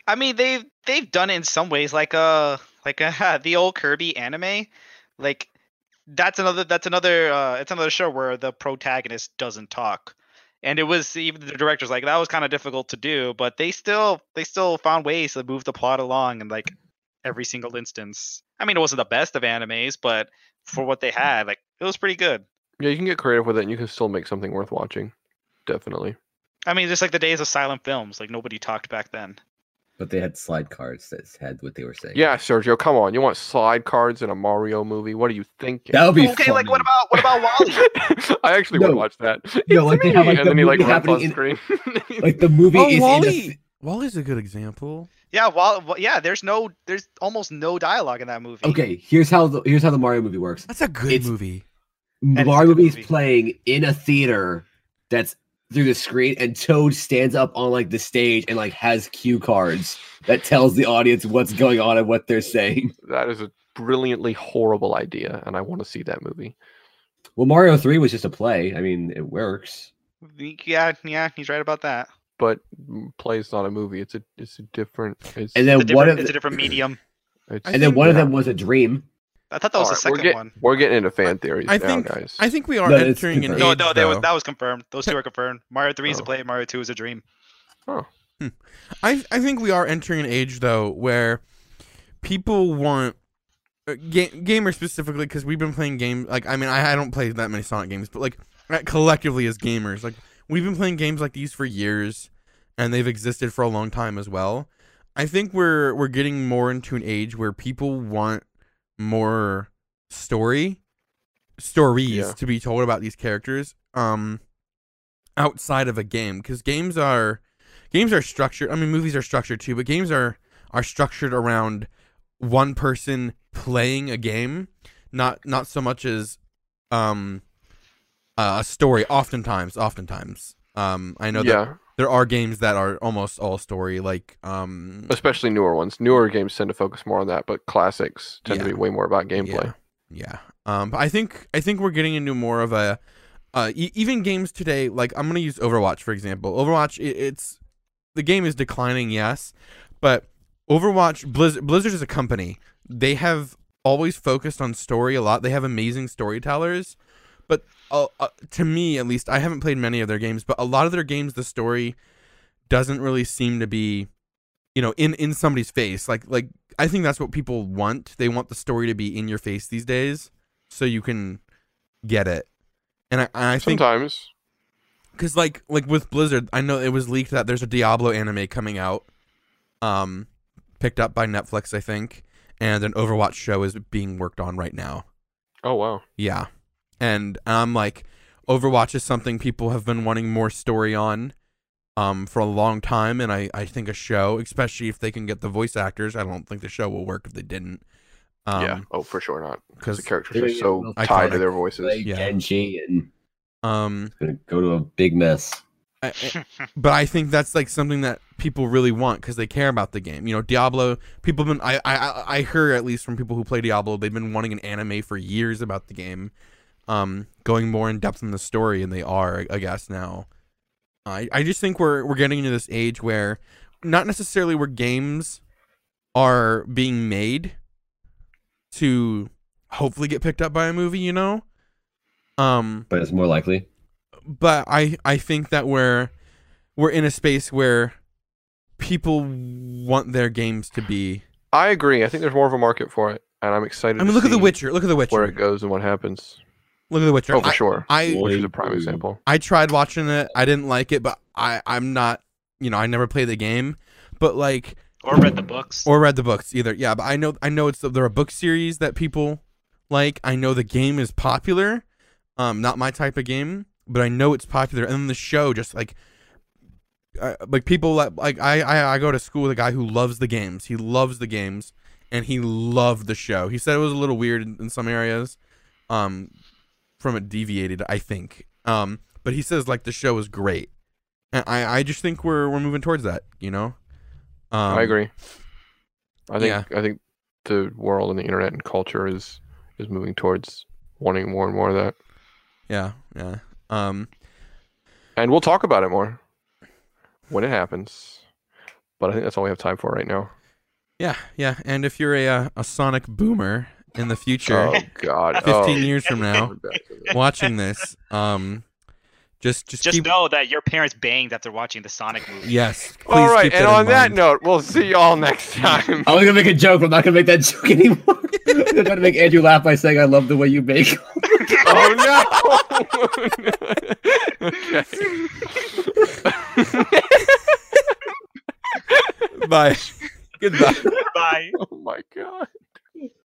S2: I mean, they've they've done it in some ways, like uh, like uh, the old Kirby anime, like that's another that's another uh, it's another show where the protagonist doesn't talk, and it was even the directors like that was kind of difficult to do, but they still they still found ways to move the plot along in like every single instance. I mean, it wasn't the best of animes, but for what they had, like it was pretty good.
S1: Yeah, you can get creative with it, and you can still make something worth watching. Definitely.
S2: I mean, just like the days of silent films, like nobody talked back then.
S3: But they had slide cards that had what they were saying.
S1: Yeah, Sergio, come on. You want slide cards in a Mario movie? What are you thinking?
S3: that would be
S2: okay, like what
S3: funny.
S2: about what about Wally?
S1: I actually would
S3: No.
S1: watch that.
S3: No,
S1: It's
S3: like, they have,
S1: me!
S3: like,
S1: and
S3: the
S1: then he like
S3: movie
S1: runs on
S3: happening
S1: screen.
S3: like the movie
S4: Oh,
S3: is in a
S4: Wally.
S3: th-
S4: Wally's a good example.
S2: Yeah, well, well, yeah. There's no, there's almost no dialogue in that movie.
S3: okay. Here's how the here's how the Mario movie works.
S4: That's a good
S3: It's-
S4: movie.
S3: The
S2: it's a
S3: Mario
S2: good
S3: movie is
S2: movie.
S3: playing in a theater that's through the screen, and Toad stands up on like the stage and like has cue cards that tells the audience what's going on and what they're saying.
S1: that is a brilliantly horrible idea, and I want to see that movie.
S3: Well, Mario Three was just a play. I mean, it works.
S2: Yeah, yeah. He's right about that.
S1: But m- play is not a movie. It's a it's a different. It's,
S3: And
S2: It's a
S3: then one
S2: different,
S3: of
S2: it's a
S3: the,
S2: different medium.
S1: it's-
S4: I
S3: and then
S4: think-
S3: one of
S1: yeah.
S3: them was a dream.
S2: I thought that was
S1: All right,
S2: the
S1: we're
S2: second
S1: get-
S2: one.
S1: We're getting into fan theories
S4: I
S1: now,
S4: think-
S1: guys.
S4: I think we are
S3: No, it's
S4: entering an age.
S3: confirmed.
S2: No, no, that was
S4: though.
S2: that was confirmed. Those two are confirmed. Mario three is a
S1: Oh.
S2: play. Mario two is a dream.
S4: I I think we are entering an age though where people want uh, ga- gamers specifically because we've been playing games. Like I mean, I, I don't play that many Sonic games, but like uh, collectively as gamers, like we've been playing games like these for years, and they've existed for a long time as well. I think we're we're getting more into an age where people want more story stories
S1: Yeah.
S4: to be told about these characters um outside of a game cuz games are games are structured I mean movies are structured too but games are are structured around one person playing a game not not so much as um a story oftentimes oftentimes um I know that
S1: yeah,
S4: there are games that are almost all story like um
S1: especially newer ones. Newer games tend to focus more on that, but classics tend to
S4: Yeah.
S1: be way more about gameplay.
S4: Yeah. yeah. Um, but I think I think we're getting into more of a uh, e- even games today. Like I'm gonna use Overwatch for example. Overwatch, it, it's the game is declining, yes, but Overwatch Blizzard, Blizzard is a company. They have always focused on story a lot. They have amazing storytellers, but uh, uh, to me at least, I haven't played many of their games, but a lot of their games, the story doesn't really seem to be, you know, in in somebody's face. Like like I think that's what people want. They want the story to be in your face these days, so you can get it. And I, I think
S1: Sometimes
S4: because like like with Blizzard, I know it was leaked that there's a Diablo anime coming out. Um, picked up by Netflix, I think, and an Overwatch show is being worked on right now.
S1: Oh wow.
S4: Yeah. And I'm like, Overwatch is something people have been wanting more story on um, for a long time. And I, I think a show, especially if they can get the voice actors, I don't think the show will work if they didn't. Um,
S1: yeah. Oh, for sure not. Because
S4: 'cause-
S1: the characters are
S3: Yeah,
S1: so
S3: yeah.
S1: tied to
S4: Iconic.
S1: their voices.
S3: Like
S4: Yeah.
S3: Genji and
S4: um,
S3: gonna go to a big mess.
S4: I- I- but I think that's like something that people really want because they care about the game. You know, Diablo. People been I I I- I hear at least from people who play Diablo, they've been wanting an anime for years about the game, um, going more in depth in the story, and they are, I guess now. I I just think we're we're getting into this age where, not necessarily where games are being made to hopefully get picked up by a movie. You know, um,
S3: But it's more likely.
S4: but I I think that we're we're in a space where people want their games to be.
S1: I agree. I think there's more of a market for it, and I'm excited.
S4: I mean,
S1: to
S4: look at The
S1: see
S4: Witcher. Look at The
S1: Where it
S4: Witcher.
S1: goes and what happens.
S4: Look at The Witcher.
S1: Oh, for
S4: I,
S1: sure.
S4: I
S1: Which is a prime example.
S4: I tried watching it. I didn't like it, but I I'm not. You know, I never played the game, but like
S2: or read the books.
S4: or read the books either. Yeah, but I know I know it's there are book series that people like. I know the game is popular. Um, not my type of game, but I know it's popular. And then the show, just like, I, like people that like I, I I go to school with a guy who loves the games. He loves the games, and he loved the show. He said it was a little weird in, in some areas, um, from it deviated. I think. Um, but he says like the show is great, and I I just think we're we're moving towards that. You know. Um,
S1: I agree. I think
S4: yeah.
S1: I think the world and the internet and culture is is moving towards wanting more and more of that.
S4: Yeah, yeah. Um,
S1: And we'll talk about it more when it happens. But I think that's all we have time for right now.
S4: yeah, yeah. And if you're a uh, a Sonic boomer in the future,
S1: Oh God.
S4: 15
S1: Oh,
S4: years from now,
S1: we're back to this.
S4: watching this, um, just just,
S2: Just
S4: keep
S2: know that your parents banged after watching the Sonic movie.
S4: yes. Please
S1: all right,
S4: keep
S1: and
S4: that in
S1: on that
S4: mind.
S1: note, we'll see y'all next time.
S3: I was gonna make a joke, but I'm not gonna make that joke anymore. I'm gonna try to make Andrew laugh by saying I love the way you make.
S1: oh no! okay.
S4: bye. Goodbye.
S2: Bye.
S1: Oh my God.